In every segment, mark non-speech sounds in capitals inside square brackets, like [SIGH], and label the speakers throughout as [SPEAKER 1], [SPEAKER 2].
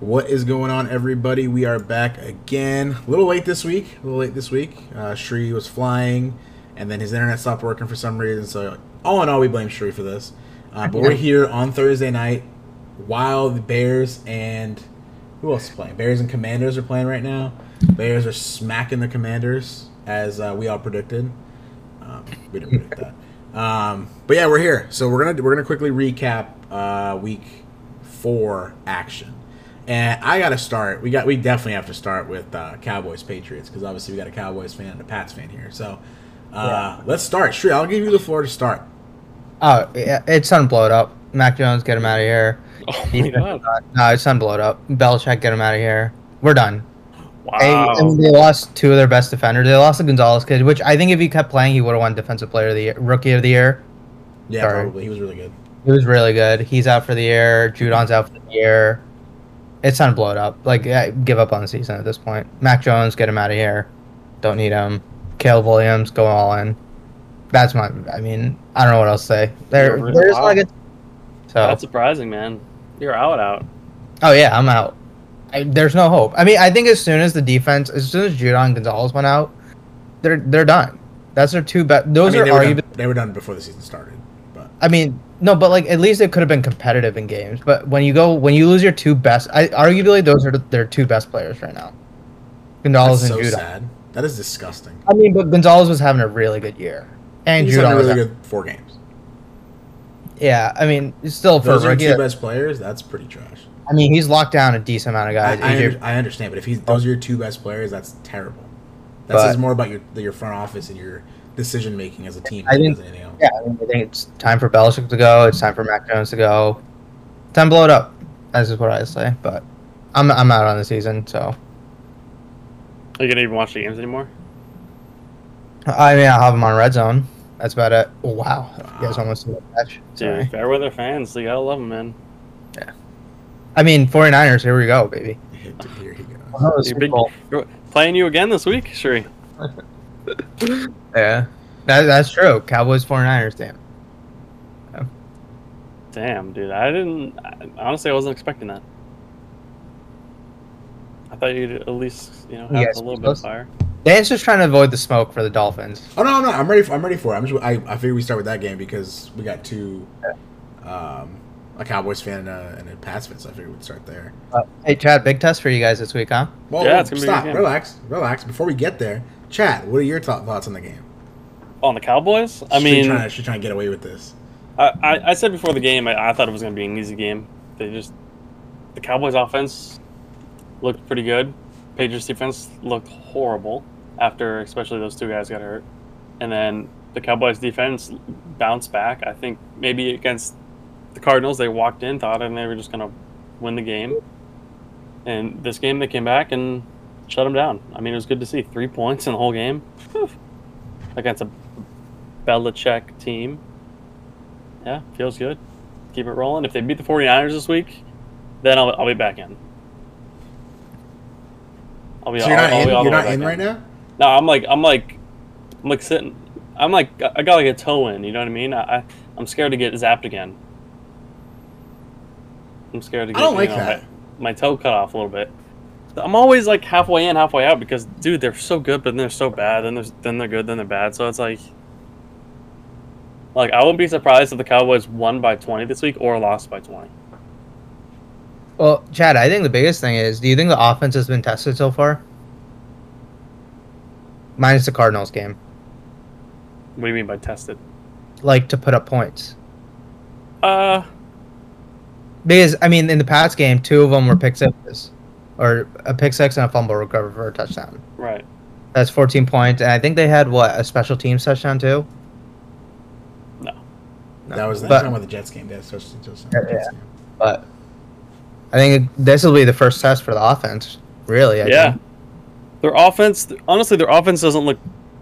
[SPEAKER 1] What is going on, everybody? We are back again. A little late this week. A little late this week. Uh, Shri was flying, and then his internet stopped working for some reason. So, all in all, we blame Shri for this. Uh, but we're here on Thursday night while the Bears and who else is playing? Bears and Commanders are playing right now. Bears are smacking the Commanders, as uh, we all predicted. Um, we didn't predict that. Um, but yeah, we're here. So we're gonna we're gonna quickly recap uh, week four action. And I gotta start. We got we definitely have to start with uh, Cowboys Patriots because obviously we got a Cowboys fan and a Pats fan here. So uh, let's start. Sure, I'll give you the floor to start.
[SPEAKER 2] Oh, yeah, it's sun blowed up. Mac Jones, get him out of here.
[SPEAKER 3] Oh my
[SPEAKER 1] [LAUGHS]
[SPEAKER 2] Defense
[SPEAKER 3] god!
[SPEAKER 2] is not- No, it's sun blowed up. Belichick, get him out of here. We're done. They,
[SPEAKER 3] Wow.
[SPEAKER 2] I mean, they lost two of their best defenders. They lost the Gonzalez kid, which I think if he kept playing, he would have won Defensive Player of the Year, Rookie of the Year.
[SPEAKER 1] Yeah,
[SPEAKER 2] Sorry.
[SPEAKER 1] probably he was really good.
[SPEAKER 2] He was really good. He's out for the year. Judon's out for the year. It's time to blow it up. Like, I give up on the season at this point. Mac Jones, get him out of here. Don't need him. Caleb Williams, go all in. That's my. I mean, I don't know what else to say. They're,
[SPEAKER 3] Yeah, really
[SPEAKER 2] they're just
[SPEAKER 3] wow.
[SPEAKER 2] like a, so.
[SPEAKER 3] That's surprising, man. You're out, out.
[SPEAKER 2] Oh yeah, I'm out. I, there's no hope. I mean, I think as soon as the defense, as soon as Judon Gonzalez went out, they're they're done. That's their two best.
[SPEAKER 1] I
[SPEAKER 2] Those
[SPEAKER 1] mean, they
[SPEAKER 2] are
[SPEAKER 1] were,
[SPEAKER 2] arguably.
[SPEAKER 1] done, they were done before the season started, but
[SPEAKER 2] I mean, no, but like at least it could have been competitive in games. But when you go, when you lose your two best, I arguably those are their two best players right now, Gonzalez
[SPEAKER 1] that's so
[SPEAKER 2] and Judon.
[SPEAKER 1] sad. That is disgusting.
[SPEAKER 2] I mean, but Gonzalez was having a really good year, and
[SPEAKER 1] He's had
[SPEAKER 2] Judon
[SPEAKER 1] a
[SPEAKER 2] was
[SPEAKER 1] really
[SPEAKER 2] out-
[SPEAKER 1] good four games.
[SPEAKER 2] yeah. I mean, still for a
[SPEAKER 1] Those are
[SPEAKER 2] rookie.
[SPEAKER 1] two best players. That's pretty trash.
[SPEAKER 2] I mean, he's locked down a decent amount of
[SPEAKER 1] I,
[SPEAKER 2] guys.
[SPEAKER 1] I,
[SPEAKER 2] AJ
[SPEAKER 1] under- I understand, but if he's those are your two best players, that's terrible. That
[SPEAKER 2] But-
[SPEAKER 1] says more about your your front office and your decision making as a team
[SPEAKER 2] I
[SPEAKER 1] than
[SPEAKER 2] didn't-
[SPEAKER 1] anything else.
[SPEAKER 2] Yeah, I, mean, I think it's time for Belichick to go. It's time for Mac Jones to go. Time to blow it up. That's just what I say. But I'm I'm out on the season. So
[SPEAKER 3] Are you gonna even watch the games anymore?
[SPEAKER 2] I mean, I'll have him on red zone. That's about it. Oh, wow, you guys almost did that catch.
[SPEAKER 3] Dude,
[SPEAKER 2] Sorry.
[SPEAKER 3] fair weather fans, you gotta love them, man.
[SPEAKER 2] I mean, 49ers. Here we go, baby.
[SPEAKER 1] Here, here he goes.
[SPEAKER 2] Oh,
[SPEAKER 3] Your big- You're- Playing you again this week, Shuri.
[SPEAKER 2] Yeah, that, that's true. Cowboys 49ers. Damn.
[SPEAKER 3] Damn, dude, I didn't. I- Honestly, I wasn't expecting that. I thought you'd at least, you know, have
[SPEAKER 2] Yes,
[SPEAKER 3] a little bit
[SPEAKER 2] plus-
[SPEAKER 3] of fire.
[SPEAKER 2] Dan's just trying to avoid the smoke for the Dolphins.
[SPEAKER 1] Oh no, no, I'm ready. For, I'm ready for it. I'm just. I, I figure we start with that game because we got two, um, a Cowboys fan and a, and a Pats fan. So I figured we'd start there.
[SPEAKER 2] Uh, Hey, Chad, big test for you guys this week, huh?
[SPEAKER 1] Well,
[SPEAKER 3] Yeah, it's gonna be a good
[SPEAKER 1] stop.
[SPEAKER 3] game.
[SPEAKER 1] Relax, relax. Before we get there, Chad, what are your thought, thoughts on the game?
[SPEAKER 3] On the Cowboys, I
[SPEAKER 1] She's
[SPEAKER 3] mean,
[SPEAKER 1] trying to, she's trying to get away with this.
[SPEAKER 3] I, I, I said before the game, I, I thought it was going to be an easy game. They just, the Cowboys' offense looked pretty good. Patriots' defense looked horrible after, especially those two guys got hurt. And then the Cowboys' defense bounced back. I think maybe against the Cardinals, they walked in, thought, and they were just going to win the game. And this game, they came back and shut them down. I mean, it was good to see three [LAUGHS] points in the whole game Whew. against a Belichick team. Yeah, feels good. Keep it rolling. If they beat the 49ers this week, then I'll, I'll be back in. I'll be,
[SPEAKER 1] so you're
[SPEAKER 3] I'll-
[SPEAKER 1] not
[SPEAKER 3] I'll
[SPEAKER 1] in.
[SPEAKER 3] be all the
[SPEAKER 1] You're
[SPEAKER 3] way
[SPEAKER 1] not
[SPEAKER 3] back
[SPEAKER 1] in right now.
[SPEAKER 3] no, I'm like I'm like I'm like sitting. I'm like I got like a toe in. You know what I mean? I, I I'm scared to get zapped again. I'm scared to
[SPEAKER 1] I
[SPEAKER 3] get.
[SPEAKER 1] don't
[SPEAKER 3] you
[SPEAKER 1] like
[SPEAKER 3] know,
[SPEAKER 1] that.
[SPEAKER 3] My, my toe cut off a little bit. I'm always like halfway in, halfway out because dude, they're so good, but then they're so bad. Then they're then they're good, then they're bad. So it's like. Like I wouldn't be surprised if the Cowboys won by twenty this week or lost by twenty.
[SPEAKER 2] Well, Chad, I think the biggest thing is, do you think the offense has been tested so far? Minus the Cardinals game,
[SPEAKER 3] What do you mean by tested?
[SPEAKER 2] like to put up points.
[SPEAKER 3] Uh,
[SPEAKER 2] Because I mean, in the Pats game, two of them were pick sixes, or a pick six and a fumble recovered for a touchdown.
[SPEAKER 3] right.
[SPEAKER 2] That's 14 points, and I think they had what a special teams touchdown too.
[SPEAKER 3] No.
[SPEAKER 2] No,
[SPEAKER 1] That was the
[SPEAKER 2] but,
[SPEAKER 1] time with the Jets game. That's just, just
[SPEAKER 2] Yeah, yeah. but I think this will be the first test for the offense. Really, I
[SPEAKER 3] yeah.
[SPEAKER 2] think.
[SPEAKER 3] Their offense, honestly, their offense doesn't look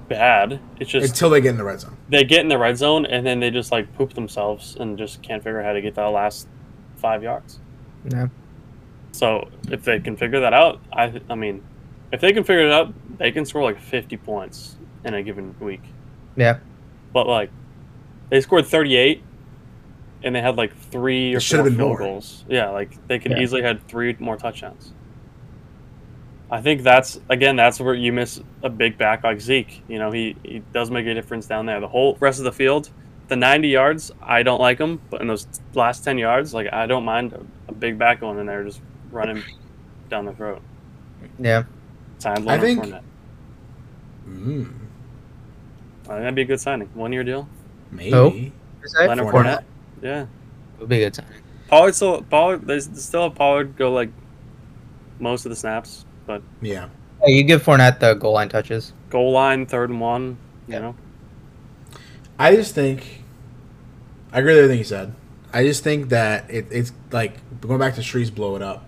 [SPEAKER 3] bad. It's just
[SPEAKER 1] until they get in the red zone.
[SPEAKER 3] they get in the red zone and then they just like poop themselves and just can't figure out how to get that last five yards.
[SPEAKER 2] Yeah.
[SPEAKER 3] So if they can figure that out, I I mean, if they can figure it out, they can score like 50 points in a given week.
[SPEAKER 2] Yeah.
[SPEAKER 3] But like, they scored 38 and they had like three or
[SPEAKER 1] It
[SPEAKER 3] four
[SPEAKER 1] should've
[SPEAKER 3] field
[SPEAKER 1] been more.
[SPEAKER 3] goals. Yeah, like they could
[SPEAKER 2] Yeah.
[SPEAKER 3] easily had three more touchdowns. I think that's again that's where you miss a big back like Zeke. You know, he, he does make a difference down there. The whole rest of the field, the 90 yards, I don't like him, but in those last 10 yards, like I don't mind a, a big back going in there just running down the throat.
[SPEAKER 2] Yeah.
[SPEAKER 3] Signed
[SPEAKER 1] I
[SPEAKER 3] Leonard
[SPEAKER 1] think-
[SPEAKER 3] Fournette.
[SPEAKER 1] Mm,
[SPEAKER 3] I think that'd be a good signing. One year deal.
[SPEAKER 1] maybe.
[SPEAKER 2] Oh.
[SPEAKER 3] Leonard
[SPEAKER 1] Fournette.
[SPEAKER 3] Fournette. Yeah.
[SPEAKER 2] would be a good signing.
[SPEAKER 3] Pollard still Pollard. They s- still have Pollard go like most of the snaps, but
[SPEAKER 1] Yeah.
[SPEAKER 2] Hey, you give Fournette the goal line touches.
[SPEAKER 3] goal line, third and one. You
[SPEAKER 2] Yeah.
[SPEAKER 3] know,
[SPEAKER 1] I just think I agree with everything you said. I just think that it, it's like going back to Shree's blow it up.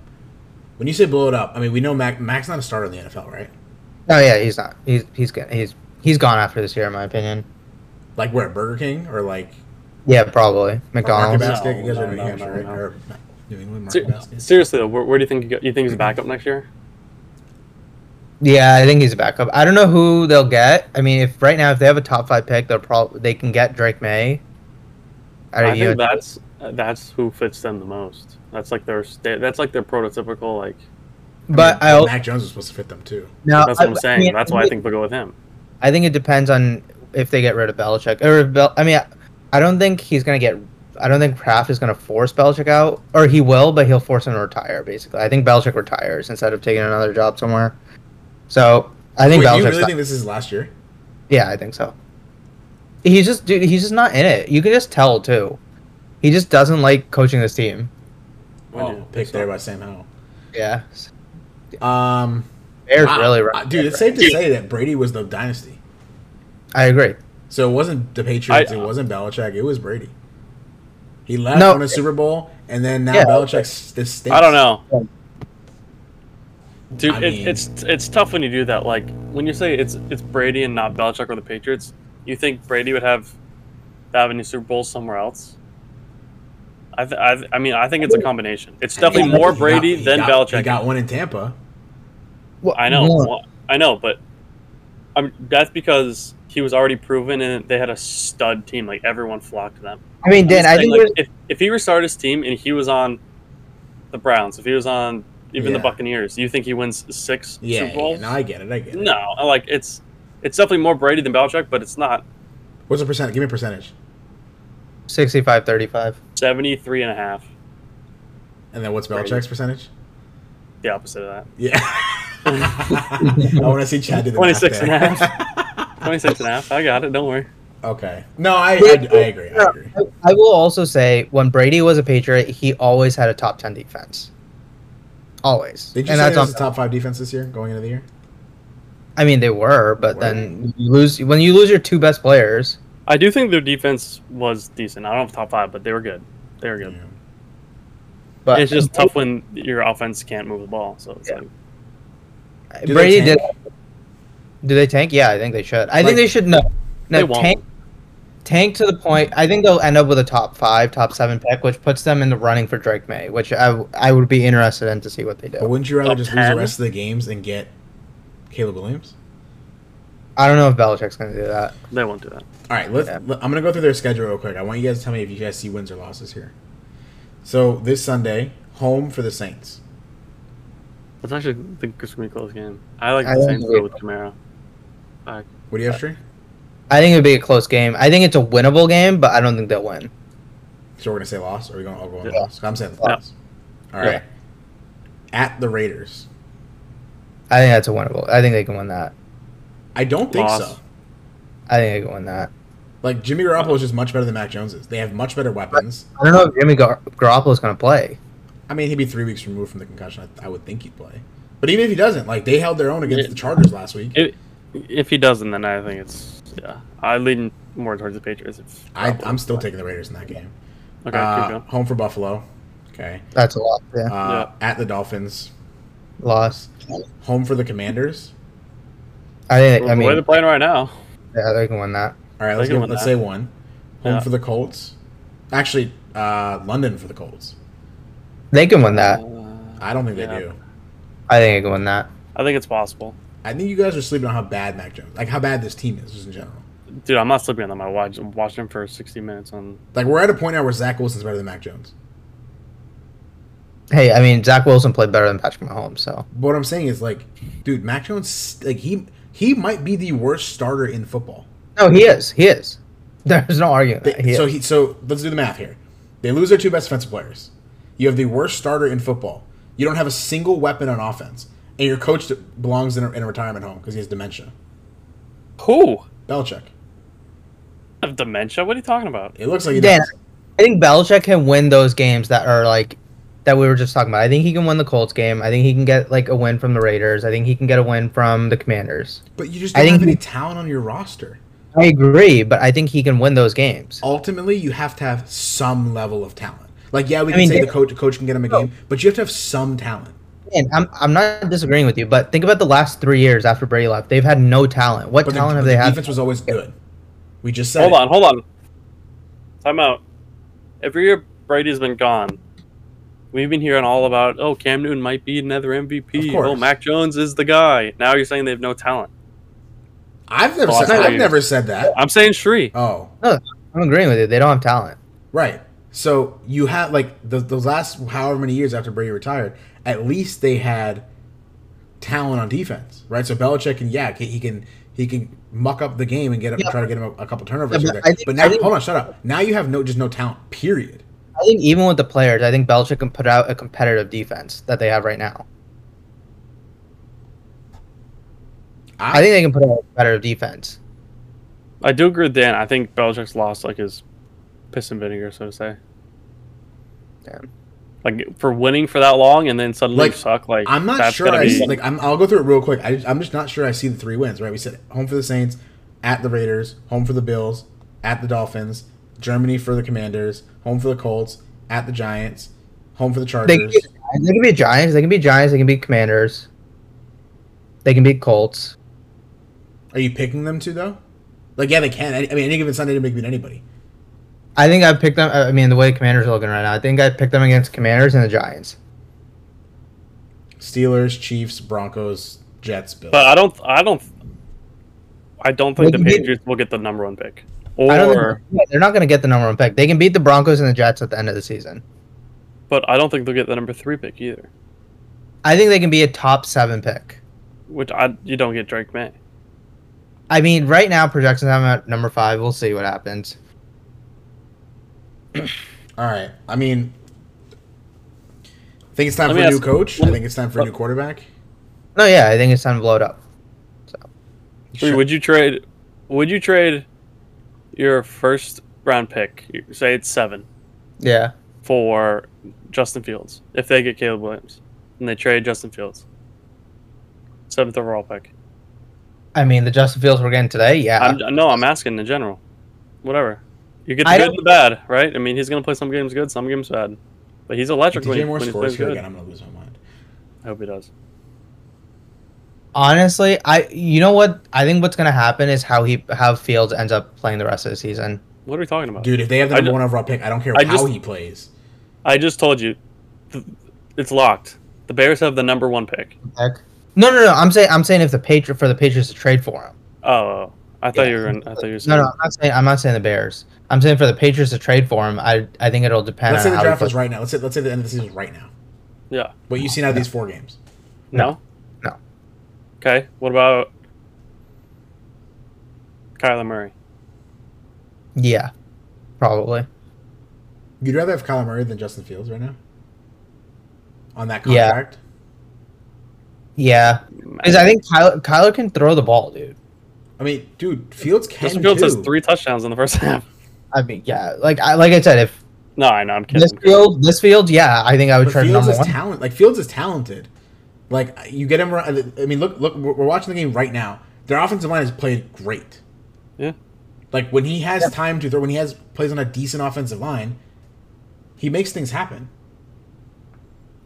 [SPEAKER 1] When you say blow it up, I mean we know Mac Mac's not a starter in the NFL, right?
[SPEAKER 2] No, Oh, yeah, he's not. He's he's go- he's he's gone after this year, in my opinion.
[SPEAKER 1] Like where Burger King or like
[SPEAKER 2] Yeah, probably
[SPEAKER 1] Market
[SPEAKER 2] McDonald's.
[SPEAKER 3] No,
[SPEAKER 1] Basket. You guys are in New
[SPEAKER 3] no, no,
[SPEAKER 1] Hampshire, right?
[SPEAKER 3] no.
[SPEAKER 1] Or New England
[SPEAKER 3] Se-
[SPEAKER 1] Market Basket.
[SPEAKER 3] seriously though, where, where do you think he go, you think he's a backup next year?
[SPEAKER 2] Yeah, I think he's a backup. I don't know who they'll get. I mean, if right now if they have a top five pick, they'll probably they can get Drake May. Out
[SPEAKER 3] I
[SPEAKER 2] of
[SPEAKER 3] think
[SPEAKER 2] UNC.
[SPEAKER 3] that's uh, that's who fits them the most. That's like their sta- that's like their prototypical like.
[SPEAKER 2] but I,
[SPEAKER 1] mean,
[SPEAKER 2] al-
[SPEAKER 1] Mac Jones was supposed to fit them too.
[SPEAKER 2] now,
[SPEAKER 3] that's
[SPEAKER 2] Uh,
[SPEAKER 3] what
[SPEAKER 2] I-
[SPEAKER 3] I'm
[SPEAKER 2] I
[SPEAKER 3] saying.
[SPEAKER 2] mean,
[SPEAKER 3] that's why I think they'll go with him.
[SPEAKER 2] I think it depends on if they get rid of Belichick or if Bel- I mean, I- I don't think he's gonna get. I don't think Kraft is gonna force Belichick out, or he will, but he'll force him to retire. Basically, I think Belichick retires instead of taking another job somewhere. So I think
[SPEAKER 1] Wait,
[SPEAKER 2] Belichick's
[SPEAKER 1] you really
[SPEAKER 2] not-
[SPEAKER 1] think this is last year?
[SPEAKER 2] Yeah, I think so. He's just dude, he's just not in it. You can just tell too. He just doesn't like coaching this team.
[SPEAKER 3] When do
[SPEAKER 1] Oh,
[SPEAKER 3] you-
[SPEAKER 1] picked there by Sam Howell.
[SPEAKER 2] Yeah.
[SPEAKER 1] Um,
[SPEAKER 2] Bears
[SPEAKER 1] wow.
[SPEAKER 2] really
[SPEAKER 1] Uh, dude, it's safe to say that Brady was the dynasty.
[SPEAKER 2] I agree.
[SPEAKER 1] So it wasn't the Patriots.
[SPEAKER 3] I-
[SPEAKER 1] it wasn't Belichick. It was Brady. He left
[SPEAKER 2] No.
[SPEAKER 1] on a Super Bowl, and then now
[SPEAKER 2] Yeah.
[SPEAKER 1] Belichick's this stinks.
[SPEAKER 3] I don't know. Dude,
[SPEAKER 1] I
[SPEAKER 3] it,
[SPEAKER 1] mean-
[SPEAKER 3] it's it's tough when you do that. Like when you say it's it's Brady and not Belichick or the Patriots, you think Brady would have have any Super Bowls somewhere else? I th- I, th- I mean I think it's a combination. It's definitely
[SPEAKER 1] He-
[SPEAKER 3] more
[SPEAKER 1] he
[SPEAKER 3] Brady
[SPEAKER 1] got- he
[SPEAKER 3] than
[SPEAKER 1] got- He
[SPEAKER 3] Belichick.
[SPEAKER 1] got one in Tampa.
[SPEAKER 2] Well,
[SPEAKER 3] I know,
[SPEAKER 2] more-
[SPEAKER 3] well, I know, but I'm that's because he was already proven and they had a stud team. Like everyone flocked to them.
[SPEAKER 2] I mean, Dan,
[SPEAKER 3] I'm
[SPEAKER 2] I
[SPEAKER 3] just
[SPEAKER 2] think
[SPEAKER 3] saying,
[SPEAKER 2] there's-
[SPEAKER 3] like, if, if he restarted his team and he was on the Browns, if he was on even
[SPEAKER 1] Yeah.
[SPEAKER 3] the Buccaneers, you think he wins six
[SPEAKER 1] Yeah,
[SPEAKER 3] Super
[SPEAKER 1] yeah,
[SPEAKER 3] Bowls?
[SPEAKER 1] no, I get it. I get it.
[SPEAKER 3] no, like it's it's definitely more Brady than Belichick, but it's not
[SPEAKER 1] What's the percent? Give me a percentage.
[SPEAKER 2] 65 35.
[SPEAKER 3] 73 and a half,
[SPEAKER 1] And then what's
[SPEAKER 3] Brady.
[SPEAKER 1] Belichick's percentage?
[SPEAKER 3] the opposite of
[SPEAKER 1] Yeah.
[SPEAKER 3] [LAUGHS]
[SPEAKER 1] [LAUGHS] I want to see Chad do the math
[SPEAKER 3] 26 and a
[SPEAKER 1] there.
[SPEAKER 3] that. 26 and a half. I got it. Don't worry.
[SPEAKER 1] [LAUGHS] okay. No, I, I, I agree. I agree.
[SPEAKER 2] I will also say when Brady was a Patriot, he always had a top 10 defense. Always.
[SPEAKER 1] Did you
[SPEAKER 2] and
[SPEAKER 1] say
[SPEAKER 2] that's
[SPEAKER 1] this
[SPEAKER 2] on
[SPEAKER 1] was the top five defense this year going into the year?
[SPEAKER 2] I mean, they were, but
[SPEAKER 1] Were.
[SPEAKER 2] then you lose when you lose your two best players.
[SPEAKER 3] I do think their defense was decent. I don't have top five, but they were good. They were good.
[SPEAKER 2] But
[SPEAKER 3] It's just tough when your offense can't move the ball. So it's
[SPEAKER 2] Yeah.
[SPEAKER 3] like,
[SPEAKER 1] Do
[SPEAKER 2] Brady
[SPEAKER 1] they
[SPEAKER 2] did.
[SPEAKER 1] tank?
[SPEAKER 2] Do they tank? Yeah, I think they should. I
[SPEAKER 1] Like-
[SPEAKER 2] think they should no,
[SPEAKER 3] They
[SPEAKER 2] no
[SPEAKER 3] won't.
[SPEAKER 2] tank. Tank to the point. I think they'll end up with a top five, top seven pick, which puts them in the running for Drake May, which I, I would be interested in to see what they
[SPEAKER 1] But
[SPEAKER 2] do.
[SPEAKER 1] wouldn't you rather
[SPEAKER 3] Top
[SPEAKER 1] just lose the
[SPEAKER 3] 10?
[SPEAKER 1] rest of the games and get Caleb Williams?
[SPEAKER 2] I don't know if Belichick's going to do that.
[SPEAKER 3] they won't do that.
[SPEAKER 1] All right, let's.
[SPEAKER 2] Yeah.
[SPEAKER 1] let- I'm gonna go through their schedule real quick. I want you guys to tell me if you guys see wins or losses here. So this Sunday, home for the Saints.
[SPEAKER 3] It's actually I think it's gonna be a close game. I like
[SPEAKER 2] I
[SPEAKER 3] the
[SPEAKER 2] don't
[SPEAKER 3] Saints
[SPEAKER 2] think
[SPEAKER 3] though
[SPEAKER 2] we-
[SPEAKER 3] with Camaro.
[SPEAKER 1] What do you have, Trey?
[SPEAKER 2] I think it'd be a close game. I think it's a winnable game, but I don't think they'll win.
[SPEAKER 1] So we're gonna say loss, or we gonna all go on
[SPEAKER 3] Yeah.
[SPEAKER 1] loss? I'm saying
[SPEAKER 2] Yeah.
[SPEAKER 1] loss. All right. At the Raiders,
[SPEAKER 2] I think that's a winnable. I think they can win that.
[SPEAKER 1] I don't think
[SPEAKER 3] Loss.
[SPEAKER 1] so.
[SPEAKER 2] I think they can win that.
[SPEAKER 1] Like Jimmy Garoppolo is just much better than Mac Jones is. They have much better weapons.
[SPEAKER 2] I don't know if Jimmy Gar- Garoppolo's going to play.
[SPEAKER 1] I mean, he'd be three weeks removed from the concussion. I, I would think he'd play. But even if he doesn't, like they held their own against
[SPEAKER 3] Yeah.
[SPEAKER 1] the Chargers last week.
[SPEAKER 3] If, if he doesn't, then I think it's yeah. I lean more towards the Patriots. If
[SPEAKER 1] I, I'm still taking the Raiders in that game.
[SPEAKER 3] okay.
[SPEAKER 1] Uh,
[SPEAKER 3] keep going.
[SPEAKER 1] home for Buffalo. Okay.
[SPEAKER 2] That's a lot. Yeah,
[SPEAKER 1] Uh, At the Dolphins.
[SPEAKER 2] loss.
[SPEAKER 1] Home for the Commanders.
[SPEAKER 2] I think.
[SPEAKER 3] The
[SPEAKER 2] I mean,
[SPEAKER 3] way they're playing right now,
[SPEAKER 2] yeah, they can win that.
[SPEAKER 1] All right,
[SPEAKER 3] I
[SPEAKER 1] let's,
[SPEAKER 3] can
[SPEAKER 1] give,
[SPEAKER 3] win
[SPEAKER 1] let's
[SPEAKER 3] that.
[SPEAKER 1] say one. Home
[SPEAKER 3] Yeah.
[SPEAKER 1] for the Colts. Actually, uh, London for the Colts.
[SPEAKER 2] They can win that.
[SPEAKER 3] uh,
[SPEAKER 1] I don't think
[SPEAKER 3] Yeah.
[SPEAKER 1] they do.
[SPEAKER 2] I think they can win that.
[SPEAKER 3] I think it's possible.
[SPEAKER 1] I think you guys are sleeping on how bad Mac Jones, like how bad this team is just in general.
[SPEAKER 3] dude, I'm not sleeping on them. I watch watched him for 60 minutes on.
[SPEAKER 1] Like we're at a point now where Zach Wilson's better than Mac Jones.
[SPEAKER 2] Hey, I mean Zach Wilson played better than Patrick Mahomes, so
[SPEAKER 1] But what I'm saying is like, dude, Mac Jones like he he might be the worst starter in football.
[SPEAKER 2] no, he is, he is. [LAUGHS] There's no arguing.
[SPEAKER 3] Uh,
[SPEAKER 1] They-
[SPEAKER 2] that. He
[SPEAKER 1] so
[SPEAKER 2] is.
[SPEAKER 1] he so let's do the math here. They lose their two best defensive players. You have the worst starter in football. You don't have a single weapon on offense, and your coach belongs in a, in a retirement home because he has dementia.
[SPEAKER 3] Who?
[SPEAKER 1] Belichick.
[SPEAKER 3] Of dementia? What are you talking about?
[SPEAKER 1] It looks like he
[SPEAKER 2] Dan,
[SPEAKER 1] does.
[SPEAKER 2] I think Belichick can win those games that are like that we were just talking about. I think he can win the Colts game. I think he can get like a win from the Raiders. I think he can get a win from the Commanders.
[SPEAKER 1] But you just
[SPEAKER 2] I
[SPEAKER 1] don't
[SPEAKER 2] think
[SPEAKER 1] have any
[SPEAKER 2] he-
[SPEAKER 1] talent on your roster.
[SPEAKER 2] I agree, but I think he can win those games.
[SPEAKER 1] Ultimately, you have to have some level of talent. Like, yeah, we
[SPEAKER 2] I
[SPEAKER 1] can
[SPEAKER 2] mean,
[SPEAKER 1] say
[SPEAKER 2] Dan-
[SPEAKER 1] the coach coach can get him a
[SPEAKER 2] No.
[SPEAKER 1] game, but you have to have some talent.
[SPEAKER 2] And I'm I'm not disagreeing with you, but think about the last three years after Brady left. They've had no talent. What
[SPEAKER 1] But the,
[SPEAKER 2] talent
[SPEAKER 1] but
[SPEAKER 2] have
[SPEAKER 1] the
[SPEAKER 2] they had?
[SPEAKER 1] defense was always good. We just said
[SPEAKER 3] Hold
[SPEAKER 1] it.
[SPEAKER 3] on, hold on. Time out. Every year Brady's been gone, we've been hearing all about, oh, Cam Newton might be another
[SPEAKER 1] Of
[SPEAKER 3] MVP.
[SPEAKER 1] course.
[SPEAKER 3] Oh, Mac Jones is the guy. Now you're saying they have no talent.
[SPEAKER 1] I've never
[SPEAKER 3] Lost
[SPEAKER 1] said, I've
[SPEAKER 3] values.
[SPEAKER 1] never said that.
[SPEAKER 3] I'm saying Shree.
[SPEAKER 1] Oh,
[SPEAKER 2] I'm agreeing with you. They don't have talent.
[SPEAKER 1] Right. So you have like the those last however many years after Brady retired, at least they had talent on defense, right? So Belichick can yeah he, he can he can muck up the game and get up,
[SPEAKER 2] Yeah.
[SPEAKER 1] try to get him a, a couple turnovers.
[SPEAKER 2] Yeah,
[SPEAKER 1] here and
[SPEAKER 2] but I
[SPEAKER 1] there.
[SPEAKER 2] think-
[SPEAKER 1] but
[SPEAKER 2] I
[SPEAKER 1] now
[SPEAKER 2] think-
[SPEAKER 1] hold on, shut up. Now you have no just no talent. Period.
[SPEAKER 2] I think even with the players, I think Belichick can put out a competitive defense that they have right now.
[SPEAKER 1] I,
[SPEAKER 2] I think they can put out a competitive defense.
[SPEAKER 3] I do agree with Dan. I think Belichick's lost like his piss and vinegar, so to say.
[SPEAKER 2] Damn.
[SPEAKER 3] Like for winning for that long and then suddenly
[SPEAKER 1] Like,
[SPEAKER 3] you suck. Like
[SPEAKER 1] I'm not
[SPEAKER 3] that's
[SPEAKER 1] sure.
[SPEAKER 3] gonna
[SPEAKER 1] I
[SPEAKER 3] be-
[SPEAKER 1] see, like I'm, I'll go through it real quick. I, I'm just not sure. I see the three wins. Right, we said home for the Saints, at the Raiders, home for the Bills, at the Dolphins, Germany for the Commanders, home for the Colts, at the Giants, home for the
[SPEAKER 2] They can,
[SPEAKER 1] Chargers.
[SPEAKER 2] be, they can be Giants. They can be Giants. They can be Commanders. They can be Colts.
[SPEAKER 1] Are you picking them to though? Like yeah, they can. I I mean, any given Sunday, they can beat anybody.
[SPEAKER 2] I think I picked them. I mean, the way Commanders are looking right now, I think I picked them against Commanders and the Giants.
[SPEAKER 1] Steelers, Chiefs, Broncos, Jets, Bills.
[SPEAKER 3] But uh, I don't. I don't. I don't think
[SPEAKER 2] What
[SPEAKER 3] the
[SPEAKER 2] do you mean?
[SPEAKER 3] Patriots will get the number one pick. Or,
[SPEAKER 2] I don't think yeah, they're not going to get the number one pick. They can beat the Broncos and the Jets at the end of the season.
[SPEAKER 3] but I don't think they'll get the number three pick either.
[SPEAKER 2] I think they can be a top seven pick.
[SPEAKER 3] Which I you don't get Drake May.
[SPEAKER 2] I mean, right now projections have them at number five. We'll see what happens.
[SPEAKER 1] All right. I mean, I think it's time
[SPEAKER 3] Let
[SPEAKER 1] for
[SPEAKER 3] me
[SPEAKER 1] a new
[SPEAKER 3] ask-
[SPEAKER 1] coach. I
[SPEAKER 3] let-
[SPEAKER 1] think it's time for a new quarterback.
[SPEAKER 2] No, yeah, I think it's time to blow it up.
[SPEAKER 3] Shree, Would you trade? Would you trade your first round pick? you- Say it's seven
[SPEAKER 2] Yeah,
[SPEAKER 3] for Justin Fields if they get Caleb Williams and they trade Justin Fields. Seventh overall pick.
[SPEAKER 2] I mean, the Justin Fields we're getting today. Yeah,
[SPEAKER 3] I'm, no, I'm asking in general. Whatever. You get the
[SPEAKER 2] I
[SPEAKER 3] good
[SPEAKER 2] don't-
[SPEAKER 3] and the bad, right? I mean, he's going to play some games good, some games bad. But he's electric when, he-
[SPEAKER 1] DJ Moore
[SPEAKER 3] when he
[SPEAKER 1] scores
[SPEAKER 3] plays
[SPEAKER 1] here
[SPEAKER 3] good.
[SPEAKER 1] again. I'm gonna lose my mind.
[SPEAKER 3] I hope he does.
[SPEAKER 2] honestly, I you know what I think what's going to happen is how he how Fields ends up playing the rest of the season.
[SPEAKER 3] What are we talking about?
[SPEAKER 1] Dude, if they have the
[SPEAKER 3] uh, I
[SPEAKER 1] number
[SPEAKER 3] ju-
[SPEAKER 1] one overall pick, I don't care
[SPEAKER 3] I
[SPEAKER 1] how
[SPEAKER 3] just-
[SPEAKER 1] he plays.
[SPEAKER 3] I just told you. Th- it's locked. The Bears have the number one pick.
[SPEAKER 2] Heck. No, no, no. I'm saying I'm saying if the Patriot for the Patriots to trade for him.
[SPEAKER 3] Oh, I thought
[SPEAKER 2] Yeah.
[SPEAKER 3] you were. In, I thought you were
[SPEAKER 2] No,
[SPEAKER 3] saying.
[SPEAKER 2] no, I'm not saying I'm not saying the Bears. I'm saying for the Patriots to trade for him. I I think it'll depend
[SPEAKER 1] Let's say
[SPEAKER 2] on
[SPEAKER 1] the
[SPEAKER 2] how he
[SPEAKER 1] draft
[SPEAKER 2] plays.
[SPEAKER 1] was right now. Let's say let's say the end of the season is right now.
[SPEAKER 3] Yeah.
[SPEAKER 1] What you see now these four games.
[SPEAKER 3] No.
[SPEAKER 2] No.
[SPEAKER 3] Okay. What about Kyler Murray?
[SPEAKER 2] Yeah, probably.
[SPEAKER 1] You'd rather have Kyler Murray than Justin Fields right now. On that
[SPEAKER 2] Yeah.
[SPEAKER 1] contract,
[SPEAKER 2] Yeah, because I think Kyler, Kyler can throw the ball, dude.
[SPEAKER 1] I mean, dude, Fields can
[SPEAKER 3] Justin Fields
[SPEAKER 1] too.
[SPEAKER 3] has three touchdowns in the first [LAUGHS] half.
[SPEAKER 2] I mean, yeah, like I like I said, if
[SPEAKER 3] No, I know. I'm kidding.
[SPEAKER 2] this field, this field, yeah, I think I would
[SPEAKER 1] But
[SPEAKER 2] trade
[SPEAKER 1] Fields
[SPEAKER 2] number
[SPEAKER 1] is
[SPEAKER 2] one.
[SPEAKER 1] talent. Like Fields is talented. Like you get him. around- I mean, look, look. We're we're watching the game right now. Their offensive line has played great.
[SPEAKER 3] Yeah.
[SPEAKER 1] Like when he has time to throw, when he has plays on a decent offensive line, he makes things happen.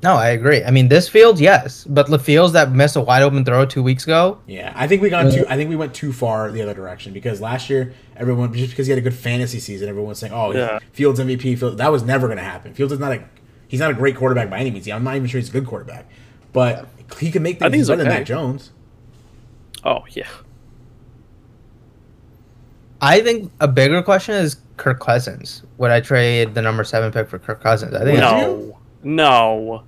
[SPEAKER 2] no, I agree. I mean, this field, yes, but the fields that missed a wide open throw two weeks ago,
[SPEAKER 1] Yeah, I think we got
[SPEAKER 2] Yeah.
[SPEAKER 1] too. I think we went too far the other direction because last year everyone just because he had a good fantasy season, everyone was saying, "Oh,
[SPEAKER 3] Yeah.
[SPEAKER 1] Fields MVP." Fields that was never going to happen. Fields is not a he's not a great quarterback by any means. I'm not even sure he's a good quarterback, but he can make
[SPEAKER 3] I think
[SPEAKER 1] things he's
[SPEAKER 3] he's
[SPEAKER 1] better than
[SPEAKER 3] okay.
[SPEAKER 1] Mac Jones.
[SPEAKER 3] Oh yeah.
[SPEAKER 2] I think a bigger question is Kirk Cousins. Would I trade the number seven pick for Kirk Cousins? I think
[SPEAKER 1] Would
[SPEAKER 2] it's-
[SPEAKER 3] no, no.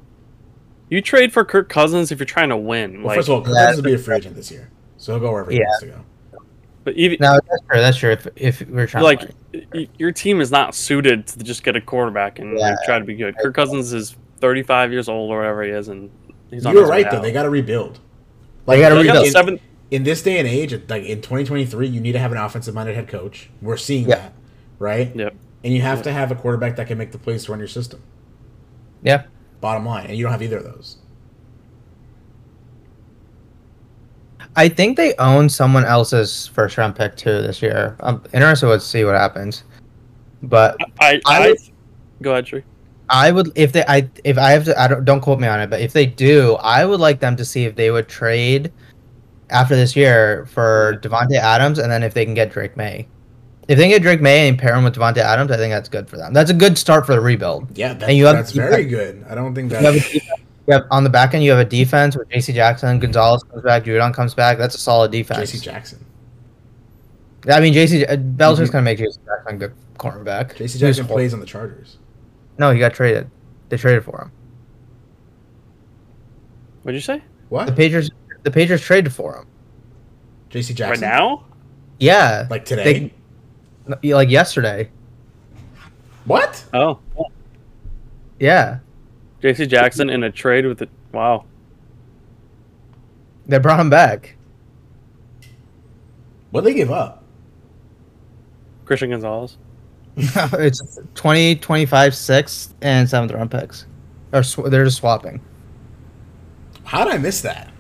[SPEAKER 3] You trade for Kirk Cousins if you're trying to win.
[SPEAKER 1] Well,
[SPEAKER 3] like,
[SPEAKER 1] first of all, Kirk
[SPEAKER 2] Yeah.
[SPEAKER 1] Cousins will be a free agent this year, so he'll go wherever he
[SPEAKER 2] Yeah.
[SPEAKER 1] wants to go.
[SPEAKER 3] but even
[SPEAKER 2] no, that's true. That's true. If, if we're trying
[SPEAKER 3] like
[SPEAKER 2] to
[SPEAKER 3] y- your team is not suited to just get a quarterback and like,
[SPEAKER 2] Yeah.
[SPEAKER 3] try to be good. Kirk Cousins is 35 years old or whatever he is, and he's on
[SPEAKER 1] you were
[SPEAKER 3] his way
[SPEAKER 1] right though;
[SPEAKER 3] out.
[SPEAKER 1] they got to rebuild.
[SPEAKER 2] They gotta
[SPEAKER 3] They got
[SPEAKER 2] rebuild.
[SPEAKER 1] In-
[SPEAKER 3] seven-
[SPEAKER 1] in this day and age, like in 2023, you need to have an offensive minded head coach. We're seeing
[SPEAKER 2] Yeah.
[SPEAKER 1] that, right?
[SPEAKER 3] Yep.
[SPEAKER 1] And you have to have a quarterback that can make the plays to run your system.
[SPEAKER 2] yeah,
[SPEAKER 1] Bottom line, and you don't have either of those.
[SPEAKER 2] I think they own someone else's first round pick too this year. I'm interested to see what happens, but
[SPEAKER 3] I,
[SPEAKER 2] I
[SPEAKER 3] I,
[SPEAKER 2] would-
[SPEAKER 3] go ahead, Tree.
[SPEAKER 2] I would if they I if I have to I don't don't quote me on it, but if they do, I would like them to see if they would trade after this year for Devonte Adams, and then if they can get Drake May. If they can get Drake May and pair him with Devonte Adams, I think that's good for them. That's a good start for the rebuild.
[SPEAKER 1] Yeah, that's,
[SPEAKER 2] And you have-
[SPEAKER 1] that's very good. I don't think
[SPEAKER 2] You have, a
[SPEAKER 1] that.
[SPEAKER 2] defense, you have on the back end, you have a defense with J.C. Jackson, Gonzalez comes back, Judon comes back. That's a solid defense.
[SPEAKER 1] J.C. Jackson.
[SPEAKER 2] I mean, J.C. J- uh, Belichick's gonna make J.C. Jackson a good
[SPEAKER 1] J.C.
[SPEAKER 2] cornerback. He was
[SPEAKER 1] Mhm. Jackson
[SPEAKER 2] horrible.
[SPEAKER 1] plays on the Chargers.
[SPEAKER 2] No, he got traded. They traded for him.
[SPEAKER 3] What'd you say?
[SPEAKER 2] The
[SPEAKER 1] What?
[SPEAKER 2] Patriots, the Patriots traded for him.
[SPEAKER 1] J.C. Jackson.
[SPEAKER 3] Right now?
[SPEAKER 2] Yeah,
[SPEAKER 1] Like today.
[SPEAKER 2] No, yeah, like yesterday.
[SPEAKER 1] what?
[SPEAKER 3] Oh,
[SPEAKER 2] Yeah,
[SPEAKER 3] J.C. Jackson in a trade with the wow.
[SPEAKER 2] they brought him back.
[SPEAKER 1] What they give up?
[SPEAKER 2] [LAUGHS]
[SPEAKER 3] Christian Gonzalez.
[SPEAKER 2] it's 20, 25, 6th, and 7th round picks. Or sw- they're just swapping.
[SPEAKER 1] How did I miss that?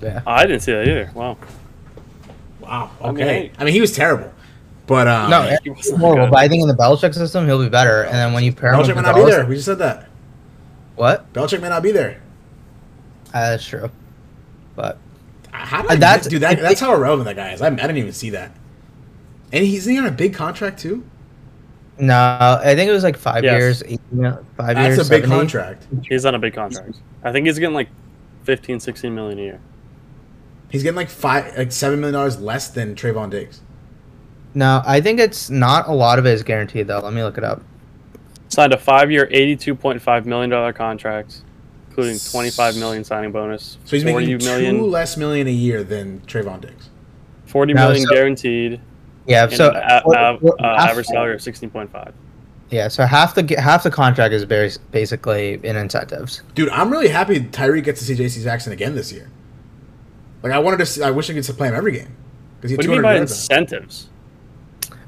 [SPEAKER 2] Yeah.
[SPEAKER 3] I didn't see that either. Wow.
[SPEAKER 1] Wow. Okay.
[SPEAKER 3] I
[SPEAKER 1] I
[SPEAKER 3] mean,
[SPEAKER 1] mean,
[SPEAKER 3] hey.
[SPEAKER 1] he was terrible, but um,
[SPEAKER 2] No,
[SPEAKER 3] he
[SPEAKER 2] it's
[SPEAKER 3] wasn't
[SPEAKER 2] horrible,
[SPEAKER 3] good.
[SPEAKER 2] but I think in the Belichick system, he'll be better. And then when you pair him
[SPEAKER 1] Belichick
[SPEAKER 2] with
[SPEAKER 1] may not be
[SPEAKER 2] Gonzalez,
[SPEAKER 1] there. We just said that.
[SPEAKER 2] what?
[SPEAKER 1] Belichick may not be there.
[SPEAKER 2] Ah, that's true. But
[SPEAKER 1] How did
[SPEAKER 2] Uh,
[SPEAKER 1] I,
[SPEAKER 2] that's-
[SPEAKER 1] dude? That,
[SPEAKER 2] it-
[SPEAKER 1] that's how irrelevant that guy is. I, I didn't even see that. And he's he on a big contract too.
[SPEAKER 2] no, I think it was like five
[SPEAKER 3] Yes.
[SPEAKER 2] years, eight, five years.
[SPEAKER 1] That's a big
[SPEAKER 2] 70.
[SPEAKER 1] contract.
[SPEAKER 3] He's on a big contract. I think he's getting like 15, 16 million a year.
[SPEAKER 1] He's getting like five, like seven million dollars less than Trayvon Diggs.
[SPEAKER 2] No, I think it's not a lot of it is guaranteed though. Let me look it up.
[SPEAKER 3] Signed a five-year, eighty-two point five million dollar contract, including twenty-five million signing bonus.
[SPEAKER 1] So he's making
[SPEAKER 3] 40 million
[SPEAKER 1] two less million a year than Trayvon Diggs.
[SPEAKER 3] Forty
[SPEAKER 2] No,
[SPEAKER 3] million
[SPEAKER 2] so-
[SPEAKER 3] guaranteed.
[SPEAKER 2] Yeah,
[SPEAKER 3] And
[SPEAKER 2] so
[SPEAKER 3] an a-
[SPEAKER 2] what-
[SPEAKER 3] av-
[SPEAKER 2] what-
[SPEAKER 3] uh,
[SPEAKER 2] half-
[SPEAKER 3] average salary of sixteen point five.
[SPEAKER 2] Yeah, so half the half the contract is bas- basically in incentives.
[SPEAKER 1] Dude, I'm really happy Tyreek gets to see J.C. Jackson again this year. Like I wanted to, see, I wish I could play him every game because he
[SPEAKER 3] What
[SPEAKER 1] had
[SPEAKER 3] do you
[SPEAKER 1] 200
[SPEAKER 3] mean by
[SPEAKER 1] yards on-
[SPEAKER 3] incentives?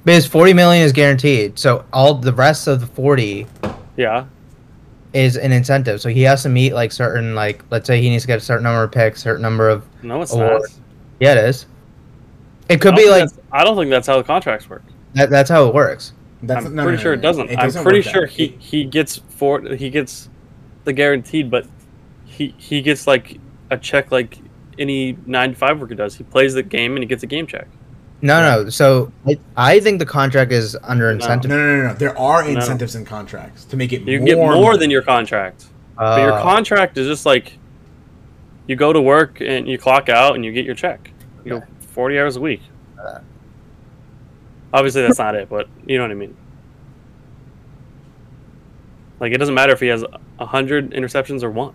[SPEAKER 2] But his forty million is guaranteed, so all the rest of the forty
[SPEAKER 3] Yeah,
[SPEAKER 2] is an incentive. So he has to meet like certain like let's say he needs to get a certain number of picks, certain number of
[SPEAKER 3] no, it's
[SPEAKER 2] Award.
[SPEAKER 3] not.
[SPEAKER 2] yeah it is. It
[SPEAKER 3] I
[SPEAKER 2] could
[SPEAKER 3] don't
[SPEAKER 2] be
[SPEAKER 3] think
[SPEAKER 2] like
[SPEAKER 3] Oh, that's- I don't think that's how the contracts work.
[SPEAKER 2] that, that's how it works.
[SPEAKER 1] That's-
[SPEAKER 3] I'm
[SPEAKER 1] no, no,
[SPEAKER 3] pretty
[SPEAKER 1] no,
[SPEAKER 3] sure it
[SPEAKER 1] no,
[SPEAKER 3] doesn't.
[SPEAKER 1] doesn't
[SPEAKER 3] I'm pretty
[SPEAKER 1] work that
[SPEAKER 3] sure
[SPEAKER 1] way.
[SPEAKER 3] he, he gets four. He gets the guaranteed, but he he gets like a check like any nine to five worker does. He plays the game and he gets a game check.
[SPEAKER 2] No, no. So I, I think the contract is under
[SPEAKER 1] No,
[SPEAKER 2] incentive.
[SPEAKER 1] no, no, no. There are incentives in contracts to make it.
[SPEAKER 3] You
[SPEAKER 1] more
[SPEAKER 3] get more
[SPEAKER 1] money.
[SPEAKER 3] than your contract,
[SPEAKER 2] Uh,
[SPEAKER 3] but your contract is just like you go to work and you clock out and you get your check. You know, forty hours a week.
[SPEAKER 2] Uh.
[SPEAKER 3] Obviously, that's not it, but you know what I mean. Like it doesn't matter if he has a hundred interceptions or one.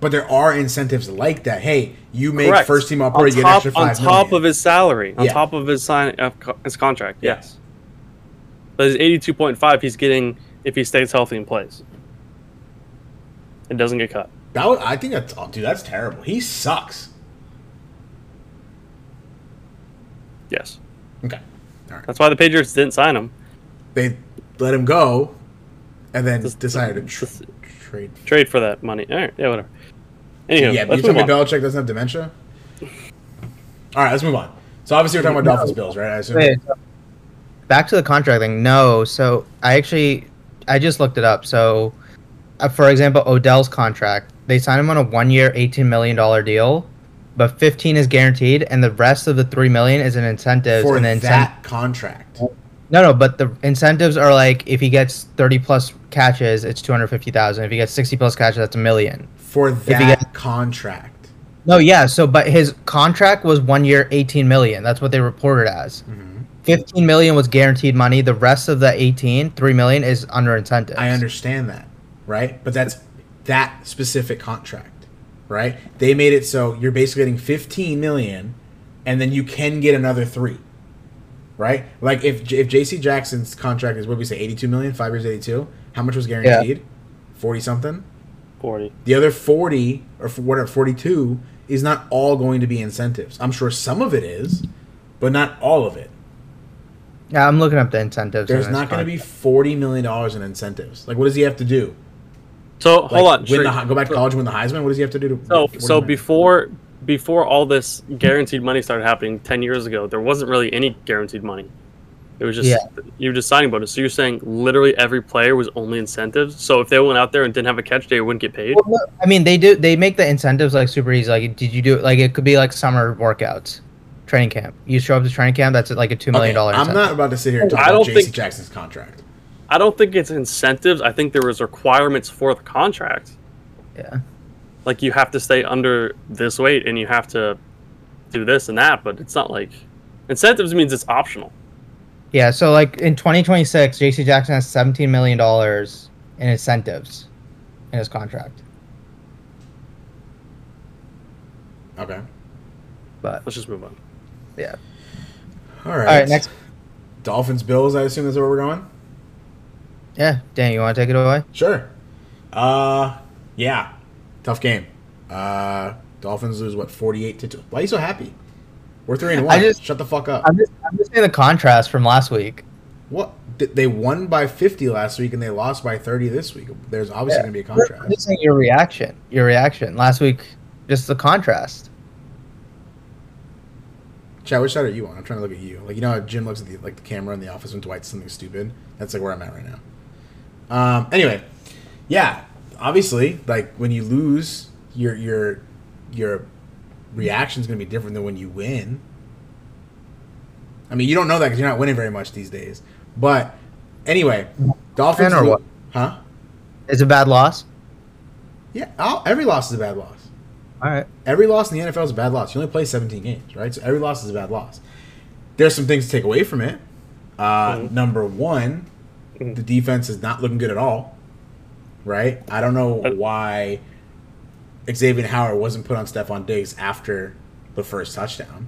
[SPEAKER 1] But there are incentives like that. Hey, you make
[SPEAKER 3] Correct.
[SPEAKER 1] first team all pro,
[SPEAKER 3] on
[SPEAKER 1] you get an
[SPEAKER 3] top,
[SPEAKER 1] extra
[SPEAKER 3] on
[SPEAKER 1] five
[SPEAKER 3] top
[SPEAKER 1] million.
[SPEAKER 3] of his salary, on
[SPEAKER 1] Yeah.
[SPEAKER 3] top of his sign of co- his contract.
[SPEAKER 1] Yeah.
[SPEAKER 3] Yes, but his eighty-two point five he's getting if he stays healthy and plays, and doesn't get cut.
[SPEAKER 1] That was, I think that's oh, dude. That's terrible. He sucks.
[SPEAKER 3] Yes,
[SPEAKER 1] Okay, all right.
[SPEAKER 3] that's why the Patriots didn't sign him.
[SPEAKER 1] They let him go, and then
[SPEAKER 3] This-
[SPEAKER 1] decided to tr-
[SPEAKER 3] this-
[SPEAKER 1] trade.
[SPEAKER 3] Trade for that money. All right, yeah, whatever. Anywho,
[SPEAKER 1] yeah, but
[SPEAKER 3] let's
[SPEAKER 1] you tell
[SPEAKER 3] move
[SPEAKER 1] me
[SPEAKER 3] on.
[SPEAKER 1] Belichick doesn't have dementia. All right, let's move on. So obviously we're talking about
[SPEAKER 2] No.
[SPEAKER 1] Dolphins Bills, right? I assume.
[SPEAKER 2] Wait, so- back to the contract thing. No, so I actually I just looked it up. So, uh, for example, Odell's contract, they signed him on a one-year, eighteen million dollar deal, but fifteen is guaranteed, and the rest of the three million is in incentives.
[SPEAKER 1] for
[SPEAKER 2] and the incen-
[SPEAKER 1] that contract.
[SPEAKER 2] no, no, but the incentives are like if he gets thirty plus catches, it's two hundred fifty thousand. If he gets sixty plus catches, that's a million.
[SPEAKER 1] For
[SPEAKER 2] you
[SPEAKER 1] that
[SPEAKER 2] get-
[SPEAKER 1] contract.
[SPEAKER 2] No, yeah. So, but his contract was one year, eighteen million. That's what they reported as.
[SPEAKER 1] Mhm.
[SPEAKER 2] 15 million was guaranteed money. The rest of the 18, 3 million is under incentives.
[SPEAKER 1] I understand that, right? But that's that specific contract, right? They made it so you're basically getting 15 million, and then you can get another three, right? Like if J- if J.C. Jackson's contract is what we say 82 million, five years 82. How much was guaranteed? 40 something.
[SPEAKER 3] 40.
[SPEAKER 1] The other 40 or f- whatever 42 is not all going to be incentives. I'm sure some of it is, but not all of it.
[SPEAKER 2] Yeah, I'm looking up the incentives.
[SPEAKER 1] There's not going to be 40 million dollars in incentives. Like what does he have to do?
[SPEAKER 3] So
[SPEAKER 1] Like,
[SPEAKER 3] hold on.
[SPEAKER 1] Win
[SPEAKER 3] Shree.
[SPEAKER 1] the, Hei- go back to college, win the Heisman. What does he have to do to?
[SPEAKER 3] So
[SPEAKER 1] what do
[SPEAKER 3] so
[SPEAKER 1] you mean?
[SPEAKER 3] before before all this guaranteed money started happening ten years ago, there wasn't really any guaranteed money. It was just you were just signing bonus. So you're saying literally every player was only incentives. So if they went out there and didn't have a catch, they wouldn't get paid.
[SPEAKER 2] Well, no, I mean, they do. They make the incentives like super easy. Like, did you do like it could be like summer workouts, training camp. You show up to training camp. That's like a two million dollar.
[SPEAKER 1] Okay, I'm not about to sit here and talk
[SPEAKER 3] I
[SPEAKER 1] about
[SPEAKER 3] don't
[SPEAKER 1] JC
[SPEAKER 3] think-
[SPEAKER 1] Jackson's contract.
[SPEAKER 3] I don't think it's incentives. I think there was requirements for the contract.
[SPEAKER 2] Yeah.
[SPEAKER 3] Like you have to stay under this weight and you have to do this and that, but it's not like incentives means it's optional.
[SPEAKER 2] Yeah. So like in 2026, J.C. Jackson has 17 million dollars in incentives in his contract.
[SPEAKER 1] Okay.
[SPEAKER 2] But
[SPEAKER 3] Let's just move on.
[SPEAKER 2] yeah.
[SPEAKER 1] All right.
[SPEAKER 2] All right. Next.
[SPEAKER 1] Dolphins Bills. I assume that's where we're going.
[SPEAKER 2] Yeah. Dan, you want to take it away?
[SPEAKER 1] Sure. Uh, yeah. Tough game. Uh, Dolphins lose what 48 to two. Why are you so happy? We're three and one.
[SPEAKER 2] I just-
[SPEAKER 1] Shut the fuck up.
[SPEAKER 2] I'm just, I'm just saying the contrast from last week.
[SPEAKER 1] what? Th- They won by 50 last week and they lost by 30 this week. There's obviously going to be a
[SPEAKER 2] I'm just
[SPEAKER 1] contrast.
[SPEAKER 2] saying your reaction. Your reaction last week. Just the contrast.
[SPEAKER 1] Chad, which side are you on? I'm trying to look at you. Like you know how Jim looks at the like the camera in the office when Dwight's something stupid. That's like where I'm at right now. Um. Anyway, yeah. Obviously, like when you lose, your your your reaction's gonna be different than when you win. I mean, you don't know that because you're not winning very much these days. But anyway, Dolphins
[SPEAKER 2] or
[SPEAKER 1] lo-
[SPEAKER 2] what?
[SPEAKER 1] Huh?
[SPEAKER 2] It's a bad loss.
[SPEAKER 1] Yeah. i every loss is a bad loss.
[SPEAKER 2] All right.
[SPEAKER 1] every loss in the NFL is a bad loss. You only play 17 games, right? So every loss is a bad loss. There's some things to take away from it. Uh,
[SPEAKER 3] Mhm.
[SPEAKER 1] Number one,
[SPEAKER 3] Mhm.
[SPEAKER 1] the defense is not looking good at all, right? I don't know
[SPEAKER 3] Uh,
[SPEAKER 1] why Xavier Howard wasn't put on Stephon Diggs after the first touchdown.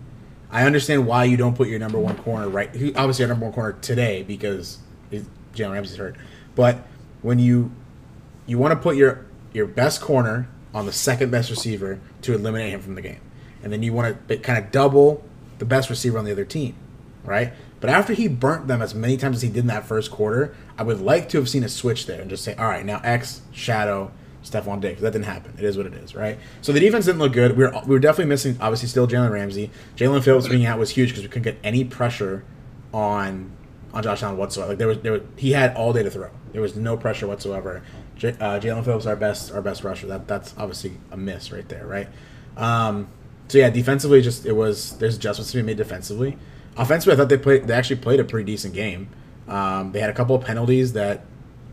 [SPEAKER 1] I understand why you don't put your number one corner right. who- Obviously, our number one corner today because is- Jalen Ramsey's hurt. But when you you want to put your your best corner on the second best receiver to eliminate him from the game, and then you want to kind of double the best receiver on the other team, right? But after he burnt them as many times as he did in that first quarter, I would like to have seen a switch there and just say, all right, now X shadow Stephon Diggs. That didn't happen. It is what it is, right? So the defense didn't look good. We were we were definitely missing, obviously, still Jalen Ramsey. Jalen Phillips being out was huge because we couldn't get any pressure on on Josh Allen whatsoever. Like there was, there was he had all day to throw. There was no pressure whatsoever. J, uh, Jalen Phillips our best our best rusher. That that's obviously a miss right there, right? Um, so yeah, defensively, just it was there's adjustments to be made defensively. Offensively, I thought they played they actually played a pretty decent game. Um, they had a couple of penalties that